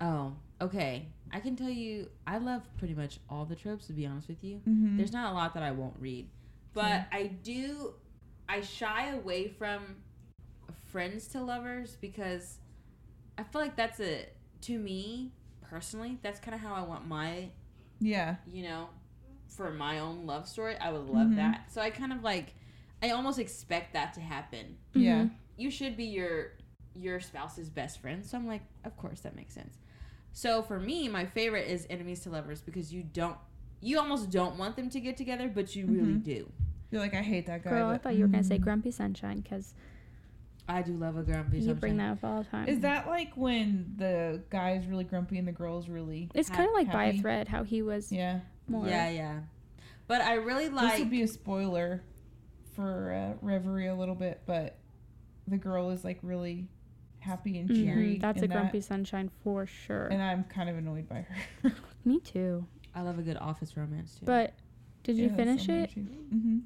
Speaker 3: Oh, okay. I can tell you, I love pretty much all the tropes. To be honest with you,
Speaker 2: Mhm.
Speaker 3: there's not a lot that I won't read, but I do. I shy away from friends to lovers because I feel like that's a to me personally. That's kind of how I want my
Speaker 2: yeah.
Speaker 3: you know, for my own love story, I would love
Speaker 2: Mhm.
Speaker 3: that. So I kind of like, I almost expect that to happen.
Speaker 4: Mm-hmm.
Speaker 2: Yeah.
Speaker 3: You should be your your spouse's best friend. So I'm like, of course that makes sense. So for me, my favorite is enemies to lovers because you don't, you almost don't want them to get together, but you really
Speaker 2: Mhm.
Speaker 3: do.
Speaker 2: You're like, I hate that guy.
Speaker 4: Girl,
Speaker 2: but-
Speaker 4: I
Speaker 2: mm-hmm.
Speaker 4: thought you were gonna say Grumpy Sunshine because
Speaker 3: I do love a grumpy.
Speaker 4: you bring
Speaker 3: sunshine.
Speaker 4: that up all the time.
Speaker 2: Is that like when the guy's really grumpy and the girl's really?
Speaker 4: It's
Speaker 3: ha-
Speaker 4: kind of like by a
Speaker 2: happy?
Speaker 4: thread how he was
Speaker 2: Yeah.
Speaker 4: more.
Speaker 3: Yeah, yeah. But I really
Speaker 2: this
Speaker 3: like.
Speaker 2: will be a spoiler for uh, Reverie a little bit, but the girl is like really happy and
Speaker 4: Mhm,
Speaker 2: cheery.
Speaker 4: That's
Speaker 2: in
Speaker 4: a
Speaker 2: that,
Speaker 4: Grumpy Sunshine for sure.
Speaker 2: And I'm kind of annoyed by her.
Speaker 4: Me too.
Speaker 3: I love a good office romance too.
Speaker 4: But did you
Speaker 2: Yeah, that's
Speaker 4: finish
Speaker 2: so
Speaker 4: it?
Speaker 2: much. Mhm.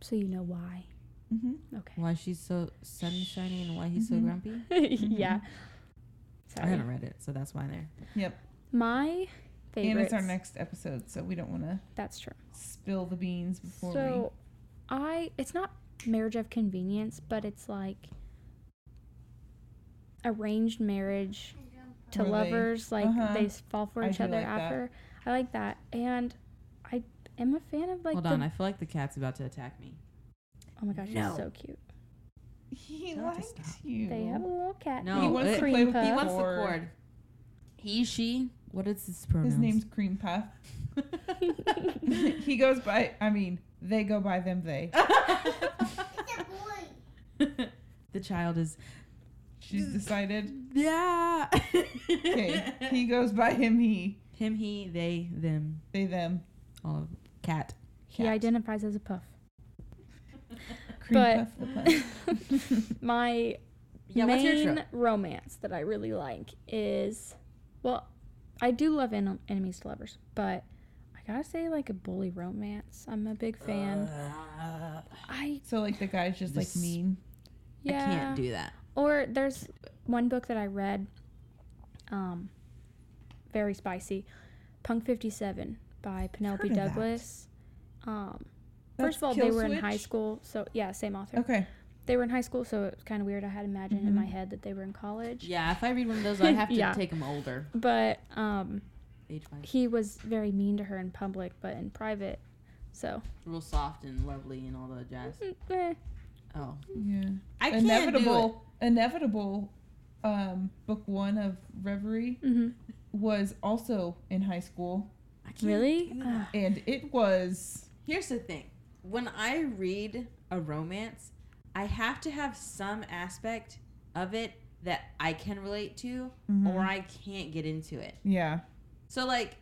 Speaker 4: So you know why.
Speaker 2: Mhm.
Speaker 4: Okay.
Speaker 3: why she's so sunshiny and why he's
Speaker 2: Mhm.
Speaker 3: so grumpy?
Speaker 4: yeah.
Speaker 3: I
Speaker 4: Mm-hmm. Sorry.
Speaker 3: haven't read it, so that's why they're.
Speaker 4: My favorite.
Speaker 2: And it's our next episode, so we don't want to
Speaker 4: That's true.
Speaker 2: spill the beans before
Speaker 4: So, I it's not marriage of convenience, but it's like arranged marriage to
Speaker 2: Where they-
Speaker 4: lovers. like
Speaker 2: uh-huh.
Speaker 4: they s- fall for
Speaker 2: I
Speaker 4: each
Speaker 2: do
Speaker 4: other
Speaker 2: like that.
Speaker 4: after. I like that, and I am a fan of like.
Speaker 3: Hold
Speaker 4: the,
Speaker 3: on, I feel like the cat's about to attack me.
Speaker 4: oh my gosh,
Speaker 3: No.
Speaker 4: she's so cute.
Speaker 2: we. He
Speaker 3: Not to
Speaker 2: likes
Speaker 3: stop.
Speaker 2: you.
Speaker 4: They have a little cat.
Speaker 3: No,
Speaker 2: he wants
Speaker 3: it-
Speaker 2: to
Speaker 4: Cream
Speaker 2: play with
Speaker 4: puff.
Speaker 2: the
Speaker 3: He wants the
Speaker 2: cord.
Speaker 3: cord. He, she. What is his pronouns?
Speaker 2: His name's Cream Puff. he goes by. I mean, they go by them. They.
Speaker 3: the child is.
Speaker 2: She's decided.
Speaker 3: Yeah.
Speaker 2: Okay, he goes by him. He.
Speaker 3: Him, he, they, them,
Speaker 2: They. Them.
Speaker 3: all of cat.
Speaker 4: He
Speaker 2: cat.
Speaker 4: identifies as a puff.
Speaker 2: Cream
Speaker 4: But-
Speaker 2: Puff the Puff.
Speaker 4: My
Speaker 3: Yeah, what's your
Speaker 4: main
Speaker 3: trope?
Speaker 4: romance that I really like is, well, I do love en- enemies to lovers, but I gotta say like a bully romance. I'm a big fan. I
Speaker 2: So like the guy's just like
Speaker 3: Just-
Speaker 2: mean.
Speaker 4: yeah.
Speaker 3: I can't do that.
Speaker 4: Or there's one book that I read, um, very spicy, Punk Fifty Seven by Penelope
Speaker 2: heard of that.
Speaker 4: Douglas. Um,
Speaker 2: That's
Speaker 4: first of all, they were in high
Speaker 2: Killswitch?
Speaker 4: school, so yeah, same author.
Speaker 2: Okay.
Speaker 4: They were in high school, so it was kind of weird. I had imagined in my head that they were in college.
Speaker 3: Yeah, if I read one of those, I have to
Speaker 4: Yeah.
Speaker 3: take him older.
Speaker 4: But um,
Speaker 3: Age wise.
Speaker 4: he was very mean to her in public, but in private, so
Speaker 3: Real soft and lovely and all that jazz.
Speaker 4: mm, eh.
Speaker 3: Oh.
Speaker 2: Yeah.
Speaker 3: I can't do it.
Speaker 2: inevitable. Inevitable. Um, book one of Reverie
Speaker 4: Mhm.
Speaker 2: was also in high school,
Speaker 3: I can't
Speaker 4: really? Ah.
Speaker 3: do that.
Speaker 4: Ugh.
Speaker 2: and it was.
Speaker 3: Here's the thing. When I read a romance, I have to have some aspect of it that I can relate to
Speaker 2: Mhm.
Speaker 3: or I can't get into it.
Speaker 2: Yeah.
Speaker 3: So like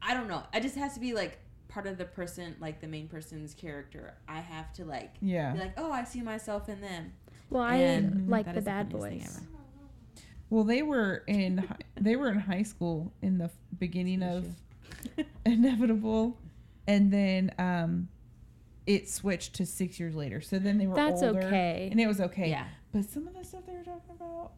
Speaker 3: I don't know. It just has to be like part of the person, like the main person's character. I have to like
Speaker 2: Yeah. Mm-hmm.
Speaker 3: be like, "Oh, I see myself in them."
Speaker 4: well, I
Speaker 3: And
Speaker 4: like
Speaker 3: that
Speaker 4: the
Speaker 3: is the
Speaker 4: bad
Speaker 3: funniest thing
Speaker 4: boys.
Speaker 2: Well, they were in hi- they were in high school in the f- beginning of
Speaker 3: Sure.
Speaker 2: Inevitable, and then um, it switched to six years later. So then they were
Speaker 4: That's
Speaker 2: older,
Speaker 4: okay.
Speaker 2: and it was okay.
Speaker 3: Yeah.
Speaker 2: But some of the stuff they were talking about,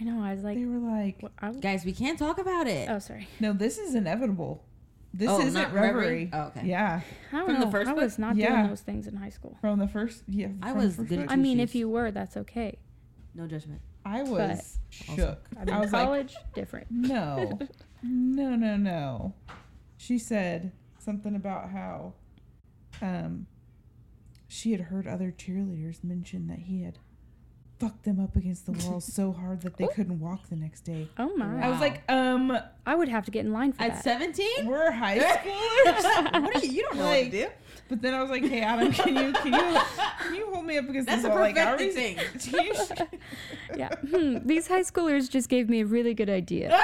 Speaker 4: I know. I was like,
Speaker 2: they were like,
Speaker 4: what, I,
Speaker 3: Guys, we can't talk about it.
Speaker 4: oh, sorry.
Speaker 2: "No, this is inevitable. This
Speaker 3: Oh,
Speaker 2: isn't
Speaker 3: not
Speaker 2: reverie."
Speaker 3: Reverie? Oh, okay.
Speaker 2: Yeah,
Speaker 4: I don't
Speaker 3: From
Speaker 4: know.
Speaker 3: the first
Speaker 4: I
Speaker 3: book?
Speaker 4: was not
Speaker 2: Yeah.
Speaker 4: doing those things in high school.
Speaker 2: from the first. Yeah,
Speaker 3: I
Speaker 2: from
Speaker 3: was
Speaker 2: the first
Speaker 3: good
Speaker 2: book,
Speaker 3: at-
Speaker 4: I mean, if
Speaker 3: shoes.
Speaker 4: you were, that's okay.
Speaker 3: No judgment.
Speaker 2: I was shook.
Speaker 4: I'm
Speaker 2: I
Speaker 4: in
Speaker 2: was like,
Speaker 4: college, different.
Speaker 2: No. no, no, no. She said something about how um she had heard other cheerleaders mention that he had fucked them up against the wall so hard that they couldn't walk the next day.
Speaker 4: Oh my!
Speaker 2: I was like, um,
Speaker 4: I would have to get in line for
Speaker 3: At
Speaker 4: that.
Speaker 3: 17?
Speaker 2: we're high schoolers.
Speaker 3: What are you? You don't know
Speaker 2: Like,
Speaker 3: what to do.
Speaker 2: but then I was like, hey Adam, can you can you can you hold me up against
Speaker 3: That's
Speaker 2: the
Speaker 3: a
Speaker 2: wall? Like, I
Speaker 3: perfected
Speaker 2: already-
Speaker 3: thing.
Speaker 2: Jeez.
Speaker 4: yeah. Hmm, these high schoolers just gave me a really good idea.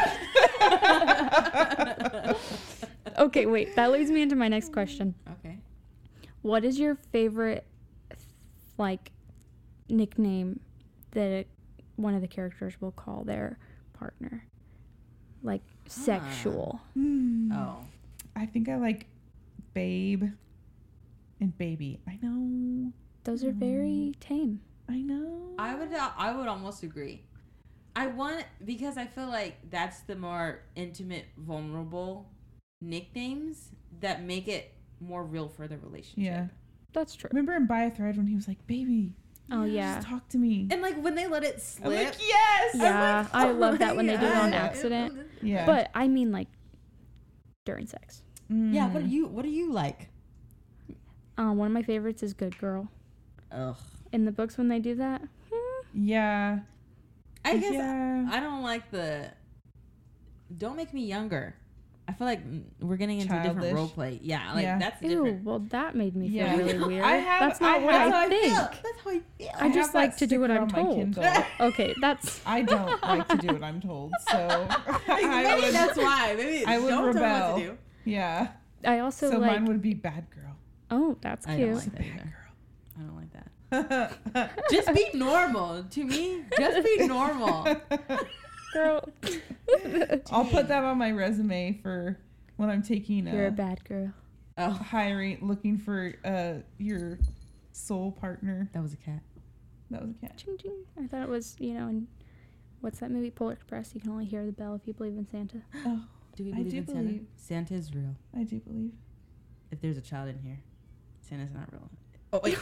Speaker 4: okay, wait. That leads me into my next question.
Speaker 3: Okay.
Speaker 2: Mm-hmm.
Speaker 4: What is your favorite, like, nickname that one of the characters will call their partner? Like
Speaker 2: Ah.
Speaker 4: sexual.
Speaker 2: Hmm.
Speaker 3: Oh.
Speaker 2: I think I like babe and baby. I know. Mm.
Speaker 4: Those are very tame.
Speaker 2: I know.
Speaker 3: uh, I would I would almost agree. I want because I feel like that's the more intimate, vulnerable nicknames that make it more real for the relationship.
Speaker 2: Yeah.
Speaker 4: That's true.
Speaker 2: Remember in By a Thread when he was like, baby,
Speaker 4: Oh yeah.
Speaker 2: just talk to me.
Speaker 3: And like when they let it slip.
Speaker 2: I'm like, yes.
Speaker 4: Yeah, I
Speaker 3: oh
Speaker 4: love
Speaker 3: my
Speaker 4: that when they do it
Speaker 2: God.
Speaker 4: on
Speaker 2: Yeah.
Speaker 4: accident.
Speaker 2: Yeah.
Speaker 4: But I mean, like during sex.
Speaker 3: Yeah, what
Speaker 2: Mm.
Speaker 3: do you what do you like?
Speaker 4: Um, one of my favorites is Good Girl.
Speaker 3: Ugh.
Speaker 4: In the books, when they do that, hmm,
Speaker 2: Yeah.
Speaker 3: I guess
Speaker 2: Yeah.
Speaker 3: I don't like the don't make me younger. I feel like mm, we're getting into a different
Speaker 2: Childish.
Speaker 3: role play. Yeah, like
Speaker 2: Yeah.
Speaker 3: that's
Speaker 4: ew.
Speaker 3: different.
Speaker 4: Well, that made me feel
Speaker 2: Yeah.
Speaker 4: really weird.
Speaker 2: I have-
Speaker 4: that's not
Speaker 2: I
Speaker 4: what
Speaker 2: have-
Speaker 4: I
Speaker 2: that's
Speaker 4: think.
Speaker 3: Ugh, that's how I feel.
Speaker 4: I just
Speaker 2: have that
Speaker 4: like to do what
Speaker 2: sticker
Speaker 4: I'm
Speaker 2: on my
Speaker 4: told.
Speaker 2: Kindle.
Speaker 4: Okay, that's
Speaker 2: I don't like to do what I'm told, so I
Speaker 3: Maybe
Speaker 2: would-
Speaker 3: that's why. Maybe
Speaker 2: I would
Speaker 3: don't tell me
Speaker 2: rebel.
Speaker 3: what to do.
Speaker 2: yeah.
Speaker 4: I also
Speaker 2: So,
Speaker 4: like.
Speaker 2: mine would be bad girl.
Speaker 4: oh, that's
Speaker 3: I don't
Speaker 4: cute.
Speaker 3: like that
Speaker 2: Bad
Speaker 3: either. I don't like that. Just be normal to me. Just be normal.
Speaker 4: Girl,
Speaker 2: I'll put that on my resume for when I'm taking
Speaker 4: you're a
Speaker 2: a
Speaker 4: bad girl.
Speaker 3: Oh,
Speaker 2: hiring, looking for uh your soul partner.
Speaker 3: that was a cat.
Speaker 2: That was a cat.
Speaker 4: Ching ching. I thought it was you know in what's that movie Polar Express? You can only hear the bell if you believe in Santa.
Speaker 2: Oh,
Speaker 3: Do we
Speaker 2: I
Speaker 3: believe
Speaker 2: do
Speaker 3: in
Speaker 2: believe-
Speaker 3: Santa? Santa is real.
Speaker 2: I do believe.
Speaker 3: If there's a child in here, Santa's not real. Oh wait.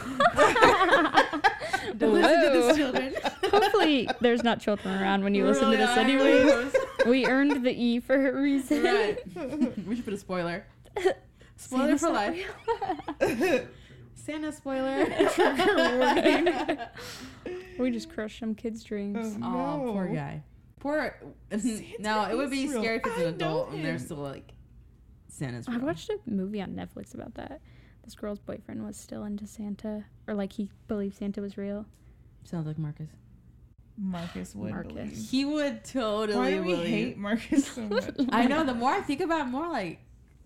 Speaker 4: Don't listen to this, Whoa.
Speaker 3: children.
Speaker 4: Hopefully, there's not children around when you listen to this anyway. we earned the E for a reason.
Speaker 3: right. we should put a spoiler. Spoiler
Speaker 4: Santa's
Speaker 3: for
Speaker 4: not
Speaker 3: life. Santa spoiler.
Speaker 4: We just crushed some kids' dreams.
Speaker 3: Oh, poor
Speaker 2: No.
Speaker 3: guy. Poor. no, it would be
Speaker 2: is real.
Speaker 3: scary if it's an
Speaker 2: I know
Speaker 3: adult and they're
Speaker 2: him.
Speaker 3: still like Santa's
Speaker 4: I
Speaker 3: real.
Speaker 4: watched a movie on Netflix about that. This girl's boyfriend was still into Santa, or like he believed Santa was real.
Speaker 3: Sounds like Marcus.
Speaker 2: Marcus would
Speaker 4: Marcus.
Speaker 2: believe.
Speaker 3: He would totally.
Speaker 2: Why do we
Speaker 3: believe-
Speaker 2: hate Marcus so much?
Speaker 3: I know. The more I think about, it, more like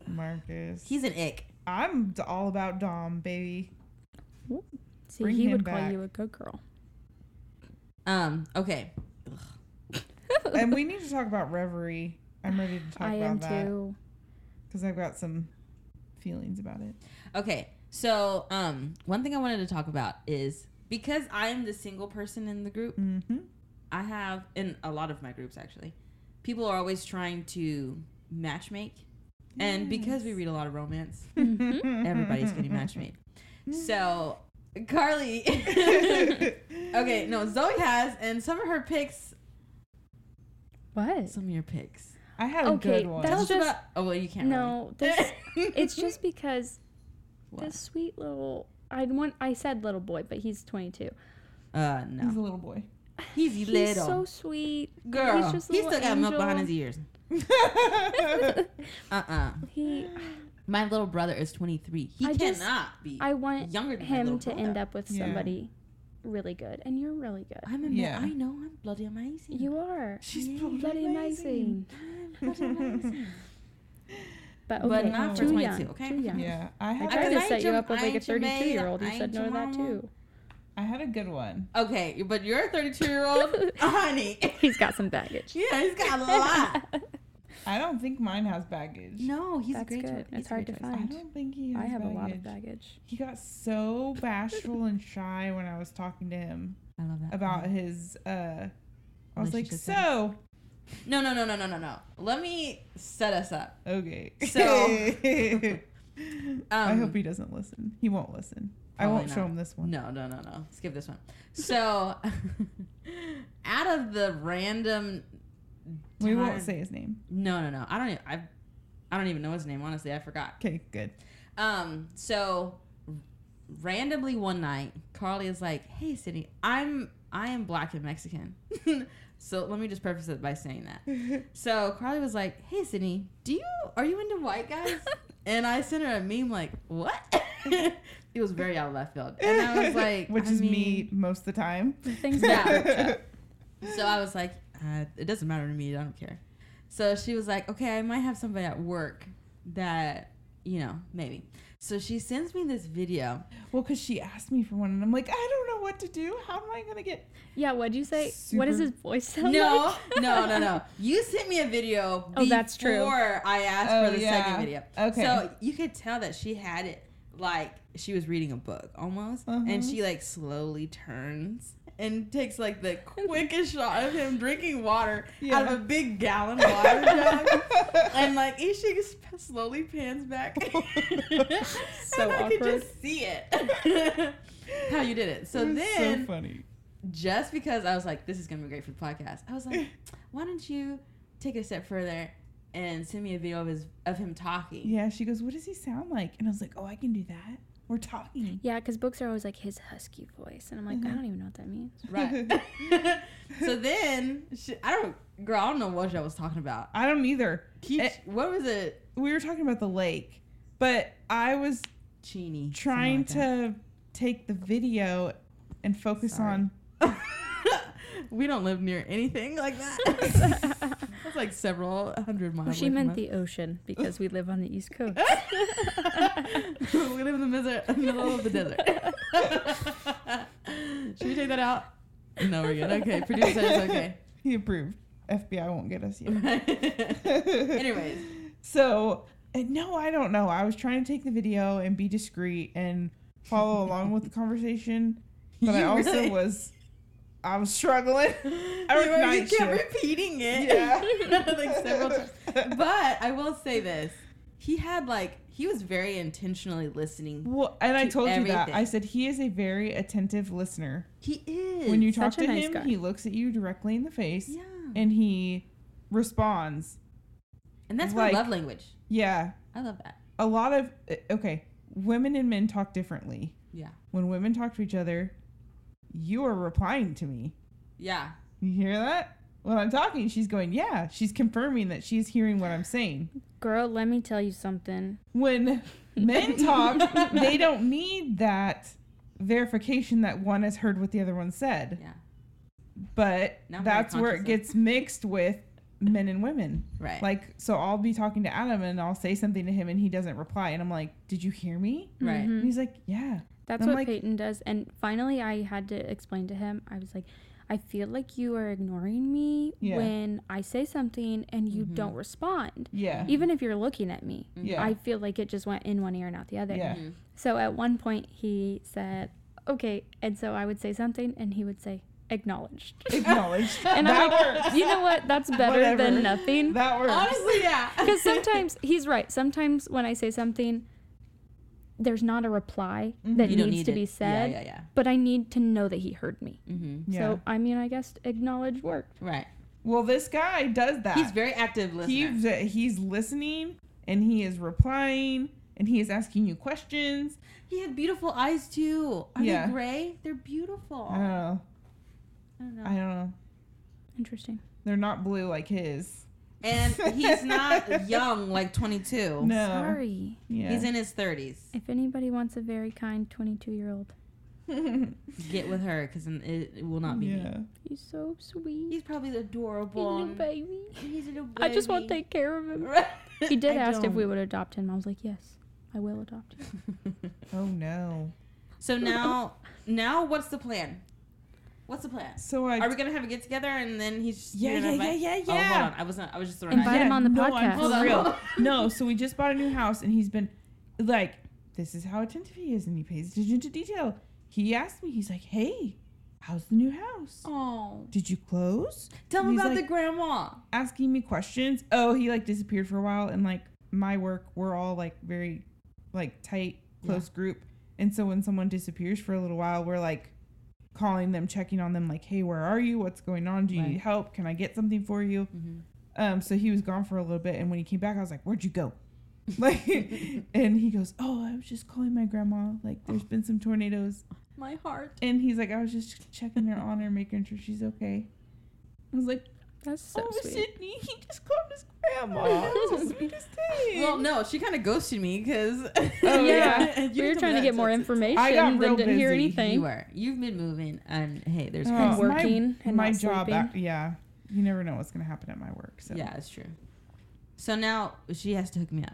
Speaker 2: Marcus.
Speaker 3: he's an ick.
Speaker 2: I'm d- all about Dom, baby.
Speaker 4: See,
Speaker 2: Bring
Speaker 4: he
Speaker 2: him
Speaker 4: would call
Speaker 2: back.
Speaker 4: you a good girl.
Speaker 3: Um. Okay.
Speaker 2: and we need to talk about Reverie. I'm ready to talk
Speaker 4: I am
Speaker 2: about that
Speaker 4: too.
Speaker 2: because I've got some feelings about it.
Speaker 3: Okay. So, um, one thing I wanted to talk about is because I am the single person in the group.
Speaker 2: Mm-hmm.
Speaker 3: I have in a lot of my groups actually, people are always trying to matchmake, and because we read a lot of romance,
Speaker 4: Mm-hmm.
Speaker 3: everybody's getting matchmade. So Carly, okay, no, Zoe has, and some of her picks,
Speaker 4: What?
Speaker 3: some of your picks.
Speaker 2: I had a
Speaker 4: Okay,
Speaker 2: good one.
Speaker 4: that's
Speaker 3: Tell us
Speaker 4: just-
Speaker 3: about. Oh well, you can't.
Speaker 4: No, this, it's just because
Speaker 3: What?
Speaker 4: this sweet little. I want. I said little boy, but he's 22.
Speaker 3: really. Uh,
Speaker 2: He's
Speaker 3: no,
Speaker 2: a little boy.
Speaker 3: he's,
Speaker 4: He's
Speaker 3: little
Speaker 4: so sweet.
Speaker 3: girl.
Speaker 4: he's just a
Speaker 3: he
Speaker 4: little
Speaker 3: still got milk behind
Speaker 4: angel.
Speaker 3: his ears. Uh uh
Speaker 4: He.
Speaker 3: My little brother is twenty three. He
Speaker 4: I
Speaker 3: cannot
Speaker 4: just-
Speaker 3: be.
Speaker 4: I want
Speaker 3: Younger than my
Speaker 4: him
Speaker 3: little
Speaker 4: to
Speaker 3: brother.
Speaker 4: end up with
Speaker 2: Yeah.
Speaker 4: somebody really good, and you're really good.
Speaker 3: I'm ama-
Speaker 2: Yeah.
Speaker 3: I know I'm bloody amazing.
Speaker 4: You are.
Speaker 2: She's
Speaker 4: You're
Speaker 2: bloody amazing.
Speaker 4: But okay,
Speaker 3: But not
Speaker 2: for
Speaker 4: too
Speaker 3: 22,
Speaker 4: young.
Speaker 3: okay?
Speaker 4: Too young.
Speaker 2: yeah, I
Speaker 4: I
Speaker 2: had,
Speaker 4: tried
Speaker 2: a-
Speaker 4: to
Speaker 3: I
Speaker 4: set you
Speaker 3: ain't
Speaker 4: up with like a
Speaker 3: your- I ain't your
Speaker 4: 32 year old.
Speaker 3: maid,
Speaker 4: You
Speaker 3: I
Speaker 4: said
Speaker 3: ain't
Speaker 4: no
Speaker 3: your
Speaker 4: to
Speaker 3: mama.
Speaker 4: that too.
Speaker 2: I had a good one.
Speaker 3: Okay, but you're a 32 year old, honey.
Speaker 4: He's got some baggage.
Speaker 3: Yeah, he's got a lot.
Speaker 2: I don't think mine has baggage.
Speaker 3: No, he's a
Speaker 4: That's
Speaker 3: great.
Speaker 4: good.
Speaker 3: choice. He's
Speaker 4: It's
Speaker 3: a great
Speaker 4: hard to
Speaker 3: choice.
Speaker 2: I
Speaker 4: find.
Speaker 2: don't think he has
Speaker 4: I have a
Speaker 2: baggage.
Speaker 4: lot of baggage.
Speaker 2: He got so bashful and shy when I was talking to him
Speaker 3: I love that.
Speaker 2: about his uh I was like,
Speaker 3: Relationship
Speaker 2: so
Speaker 3: No, no, no, no, no, no, no. Let me set us up.
Speaker 2: okay.
Speaker 3: So-
Speaker 2: I
Speaker 3: Um,
Speaker 2: hope he doesn't listen. He won't listen. I
Speaker 3: Probably
Speaker 2: won't show
Speaker 3: not.
Speaker 2: him this one.
Speaker 3: No, no, no, no. Skip this one. So, out of the random,
Speaker 2: We won't
Speaker 3: time-
Speaker 2: say his name.
Speaker 3: No, no, no. I don't. Even, I, I don't even know his name. Honestly, I forgot.
Speaker 2: Okay, good.
Speaker 3: Um, so randomly one night, Carly is like, "Hey, Sydney, I'm I am black and Mexican." so let me just preface it by saying that. so Carly was like, "Hey, Sydney, do you are you into white guys?" and I sent her a meme like, "What?" it was very out of left field, and I was like,
Speaker 2: Which
Speaker 3: I
Speaker 2: is me
Speaker 3: mean-
Speaker 2: most of the time.
Speaker 4: Things
Speaker 3: Yeah.
Speaker 4: that worked out.
Speaker 3: So I was like, uh, "It doesn't matter to me. I don't care." So she was like, "Okay, I might have somebody at work that." You know, maybe. So she sends me this video
Speaker 2: Well, because she asked me for one, and I'm like, I don't know what to do. How am I gonna get?
Speaker 4: Yeah, what'd you say? What does
Speaker 2: Super-
Speaker 4: his voice sound
Speaker 3: no,
Speaker 4: like?
Speaker 3: no, no, no. You sent me a video
Speaker 4: Oh, that's true.
Speaker 3: before I asked
Speaker 2: Oh,
Speaker 3: for the
Speaker 2: yeah.
Speaker 3: second video.
Speaker 2: Okay.
Speaker 3: So you could tell that she had it like she was reading a book almost.
Speaker 2: Uh-huh.
Speaker 3: And she like slowly turns and takes like the quickest shot of him drinking water
Speaker 2: Yeah.
Speaker 3: out of a big gallon water jug. and like Ishig slowly pans back.
Speaker 4: So
Speaker 3: and I could
Speaker 4: awkward.
Speaker 3: just see it. How you did it. So
Speaker 2: It was
Speaker 3: then
Speaker 2: so funny.
Speaker 3: just because I was like, this is gonna be great for the podcast, I was like, why don't you take it a step further and send me a video of his of him talking?
Speaker 2: Yeah, she goes, "What does he sound like?" And I was like, "Oh, I can do that. We're talking."
Speaker 4: Yeah, because books are always like his husky voice, and I'm like, I don't even know what that means.
Speaker 3: Right. so then she, I don't girl, I don't know what I was talking about.
Speaker 2: I don't either.
Speaker 3: He,
Speaker 2: Eh.
Speaker 3: what was it?
Speaker 2: We were talking about the lake, but I was
Speaker 3: Chini.
Speaker 2: trying to take the video and focus
Speaker 3: Sorry.
Speaker 2: on.
Speaker 3: we don't live near anything like that. That's like several hundred miles.
Speaker 4: Well, she
Speaker 3: away
Speaker 4: meant
Speaker 3: from
Speaker 4: the ocean because we live on the East Coast.
Speaker 3: us. we live in the miser- middle of the desert. Should we take that out? No, we're good. Okay, producer says okay.
Speaker 2: He approved. FBI won't get us yet.
Speaker 3: Anyways,
Speaker 2: So, and no, I don't know. I was trying to take the video and be discreet and follow along with the conversation, but I
Speaker 3: You
Speaker 2: also
Speaker 3: really-
Speaker 2: was, I was struggling. I
Speaker 3: You
Speaker 2: work
Speaker 3: were-
Speaker 2: night
Speaker 3: you kept
Speaker 2: shift.
Speaker 3: repeating it.
Speaker 2: Yeah.
Speaker 3: like several times. But I will say this: he had like he was very intentionally listening.
Speaker 2: Well, and I
Speaker 3: to
Speaker 2: told you that. I
Speaker 3: everything.
Speaker 2: said he is a very attentive listener.
Speaker 3: He is
Speaker 2: when you
Speaker 4: Such
Speaker 2: talk
Speaker 4: a
Speaker 2: to
Speaker 4: nice
Speaker 2: him,
Speaker 4: guy.
Speaker 2: he looks at you directly in the face
Speaker 3: yeah,
Speaker 2: and he responds.
Speaker 3: and that's
Speaker 2: like-
Speaker 3: my love language.
Speaker 2: Yeah.
Speaker 3: I love that.
Speaker 2: A lot of, uh, okay, women and men talk differently.
Speaker 3: Yeah,
Speaker 2: When women talk to each other, you are replying to me.
Speaker 3: yeah.
Speaker 2: You hear that? When I'm talking, she's going, yeah. She's confirming that she's hearing what I'm saying.
Speaker 4: Girl, let me tell you something.
Speaker 2: When men talk, they don't need that verification that one has heard what the other one said.
Speaker 3: Yeah.
Speaker 2: But
Speaker 3: Now I'm very
Speaker 2: that's where it
Speaker 3: conscious of-
Speaker 2: gets mixed with men and women.
Speaker 3: Right.
Speaker 2: Like, so I'll be talking to Adam and I'll say something to him and he doesn't reply. And I'm like, Did you hear me?
Speaker 3: right.
Speaker 4: Mhm.
Speaker 2: And he's like, Yeah.
Speaker 4: That's
Speaker 2: I'm
Speaker 4: what
Speaker 2: like-
Speaker 4: Peyton does. And finally, I had to explain to him. I was like, I feel like you are ignoring me
Speaker 2: Yeah.
Speaker 4: when I say something and you don't respond.
Speaker 2: Yeah.
Speaker 4: Even if you're looking at me,
Speaker 2: Yeah.
Speaker 4: I feel like it just went in one ear and out the other.
Speaker 2: yeah.
Speaker 4: So at one point, he said, Okay. And so I would say something, and he would say, Acknowledged.
Speaker 2: Acknowledged.
Speaker 4: And
Speaker 2: that
Speaker 4: I'm like,
Speaker 2: works.
Speaker 4: You know what? That's better
Speaker 2: Whatever.
Speaker 4: than nothing.
Speaker 2: That works.
Speaker 3: Honestly, yeah.
Speaker 4: Because sometimes he's right. Sometimes when I say something, there's not a reply that
Speaker 3: Mm-hmm. You
Speaker 4: needs
Speaker 3: don't need
Speaker 4: to
Speaker 3: it.
Speaker 4: be said,
Speaker 3: Yeah, yeah,
Speaker 4: but I need to know that he heard me.
Speaker 3: yeah. hmm
Speaker 2: yeah.
Speaker 4: So I mean, I guess acknowledge worked.
Speaker 3: Right.
Speaker 2: well, this guy does that.
Speaker 3: He's very active listener.
Speaker 2: Uh, he's, uh, he's listening and he is replying and he is asking you questions.
Speaker 3: he had beautiful eyes too. Are
Speaker 2: Yeah. Uh,
Speaker 3: they gray? They're beautiful.
Speaker 2: I don't know.
Speaker 3: I don't know.
Speaker 2: I don't know.
Speaker 4: Interesting.
Speaker 2: They're not blue like his.
Speaker 3: and he's not young, like 22.
Speaker 2: No.
Speaker 4: Sorry.
Speaker 2: Yeah.
Speaker 3: Oh, He's in his 30s.
Speaker 4: If anybody wants a very kind 22-year-old,
Speaker 3: Get with her because it, it will not be me.
Speaker 2: yeah.
Speaker 4: he's so sweet.
Speaker 3: He's probably
Speaker 4: He's a
Speaker 3: adorable.
Speaker 4: little
Speaker 3: and-
Speaker 4: baby.
Speaker 3: He's a little baby.
Speaker 4: I just want to take care of him. He did
Speaker 3: I
Speaker 4: ask if we
Speaker 3: don't.
Speaker 4: would adopt him. I was like, yes, I will adopt him.
Speaker 2: Oh no.
Speaker 3: So now, now what's the plan? What's the plan?
Speaker 2: So I.
Speaker 3: Are we gonna have a get together and then he's just
Speaker 2: Yeah,
Speaker 3: you're gonna
Speaker 2: yeah,
Speaker 3: invite-
Speaker 2: yeah, yeah,
Speaker 3: Oh,
Speaker 2: yeah.
Speaker 3: hold on, I was not, I was just throwing.
Speaker 4: Invite
Speaker 3: ideas.
Speaker 4: him on the
Speaker 2: no,
Speaker 4: podcast.
Speaker 2: I'm for
Speaker 3: Hold
Speaker 2: real.
Speaker 3: on.
Speaker 2: no, so we just bought a new house and he's been like, this is how attentive he is and he pays attention to detail. He asked me, he's like, hey, how's the new house?
Speaker 3: Oh,
Speaker 2: Did you close?
Speaker 3: tell
Speaker 2: And
Speaker 3: him
Speaker 2: he's
Speaker 3: about the
Speaker 2: like,
Speaker 3: grandma.
Speaker 2: asking me questions. Oh, he like disappeared for a while and like my work, we're all like very like tight, close group. And so when someone disappears for a little while, we're like calling them, checking on them, like, hey, where are you? What's going on? Do you need
Speaker 3: Right.
Speaker 2: help? Can I get something for you? Um, so he was gone for a little bit, and when he came back, I was like, "Where'd you go?" Like, and he goes, "Oh, I was just calling my grandma. Like, there's been some tornadoes."
Speaker 3: My heart.
Speaker 2: And he's like, "I was just checking her on her, making sure she's okay." I was like,
Speaker 4: That's so
Speaker 2: "Oh,
Speaker 4: sweet.
Speaker 2: Sydney, he just called his grandma. That was the sweetest thing."
Speaker 3: Well, no, she kind of ghosted me because.
Speaker 2: Oh, yeah.
Speaker 4: we were trying to get more information
Speaker 2: I got
Speaker 4: and
Speaker 2: real
Speaker 4: didn't hear
Speaker 2: busy.
Speaker 3: You
Speaker 4: anything.
Speaker 3: were. You've been moving, and hey, there's.
Speaker 2: Oh,
Speaker 4: And
Speaker 2: my-
Speaker 4: working and
Speaker 2: my
Speaker 4: not
Speaker 2: job,
Speaker 4: sleeping.
Speaker 2: ac- yeah. You never know what's gonna happen at my work. So
Speaker 3: Yeah, it's true. So now she has to hook me up.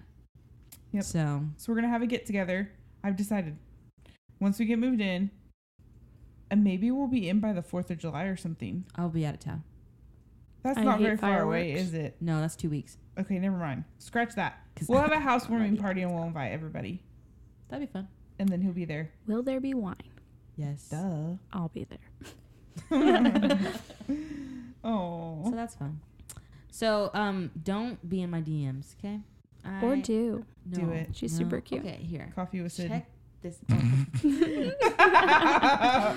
Speaker 2: Yep.
Speaker 3: So
Speaker 2: So we're gonna have a get together. I've decided. Once we get moved in, and maybe we'll be in by the Fourth of July or something.
Speaker 3: I'll be out of town.
Speaker 2: That's
Speaker 4: I
Speaker 2: not
Speaker 4: hate
Speaker 2: very far away,
Speaker 4: fireworks.
Speaker 2: is it?
Speaker 3: No, that's two weeks.
Speaker 2: Okay, never mind. Scratch that.
Speaker 3: 'Cause
Speaker 2: We'll have a housewarming
Speaker 4: Alrighty.
Speaker 2: party and we'll invite everybody,
Speaker 3: That'd be fun.
Speaker 2: and then he'll be there.
Speaker 4: Will there be wine?
Speaker 3: Yes.
Speaker 2: Duh.
Speaker 4: I'll be there.
Speaker 3: So
Speaker 2: Oh.
Speaker 3: that's fun. So um, don't be in my DMs, okay?
Speaker 4: Or
Speaker 3: I-
Speaker 4: do.
Speaker 3: no,
Speaker 2: Do it.
Speaker 4: She's super cute.
Speaker 3: Okay, here.
Speaker 2: Coffee with Sid.
Speaker 3: Check this. out.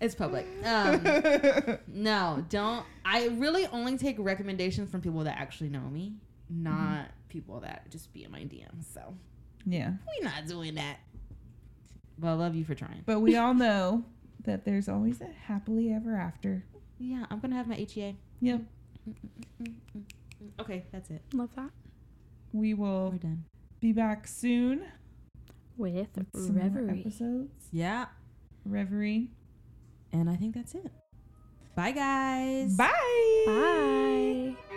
Speaker 3: it's public. Um, no, don't. I really only take recommendations from people that actually know me,
Speaker 2: Mm-hmm.
Speaker 3: not people that just be in my DMs. So
Speaker 2: Yeah.
Speaker 3: we're not doing that. But I love you for trying.
Speaker 2: But we all know that there's always a happily ever after.
Speaker 3: Yeah, I'm gonna have my HEA.
Speaker 2: Yep.
Speaker 3: Okay, that's it.
Speaker 4: Love that.
Speaker 2: We
Speaker 3: We're
Speaker 2: will
Speaker 3: done.
Speaker 2: be back soon.
Speaker 4: With
Speaker 2: with some more
Speaker 4: Reverie.
Speaker 2: episodes.
Speaker 3: Yeah,
Speaker 2: Reverie.
Speaker 3: and I think that's it. Bye, guys.
Speaker 2: Bye.
Speaker 4: Bye.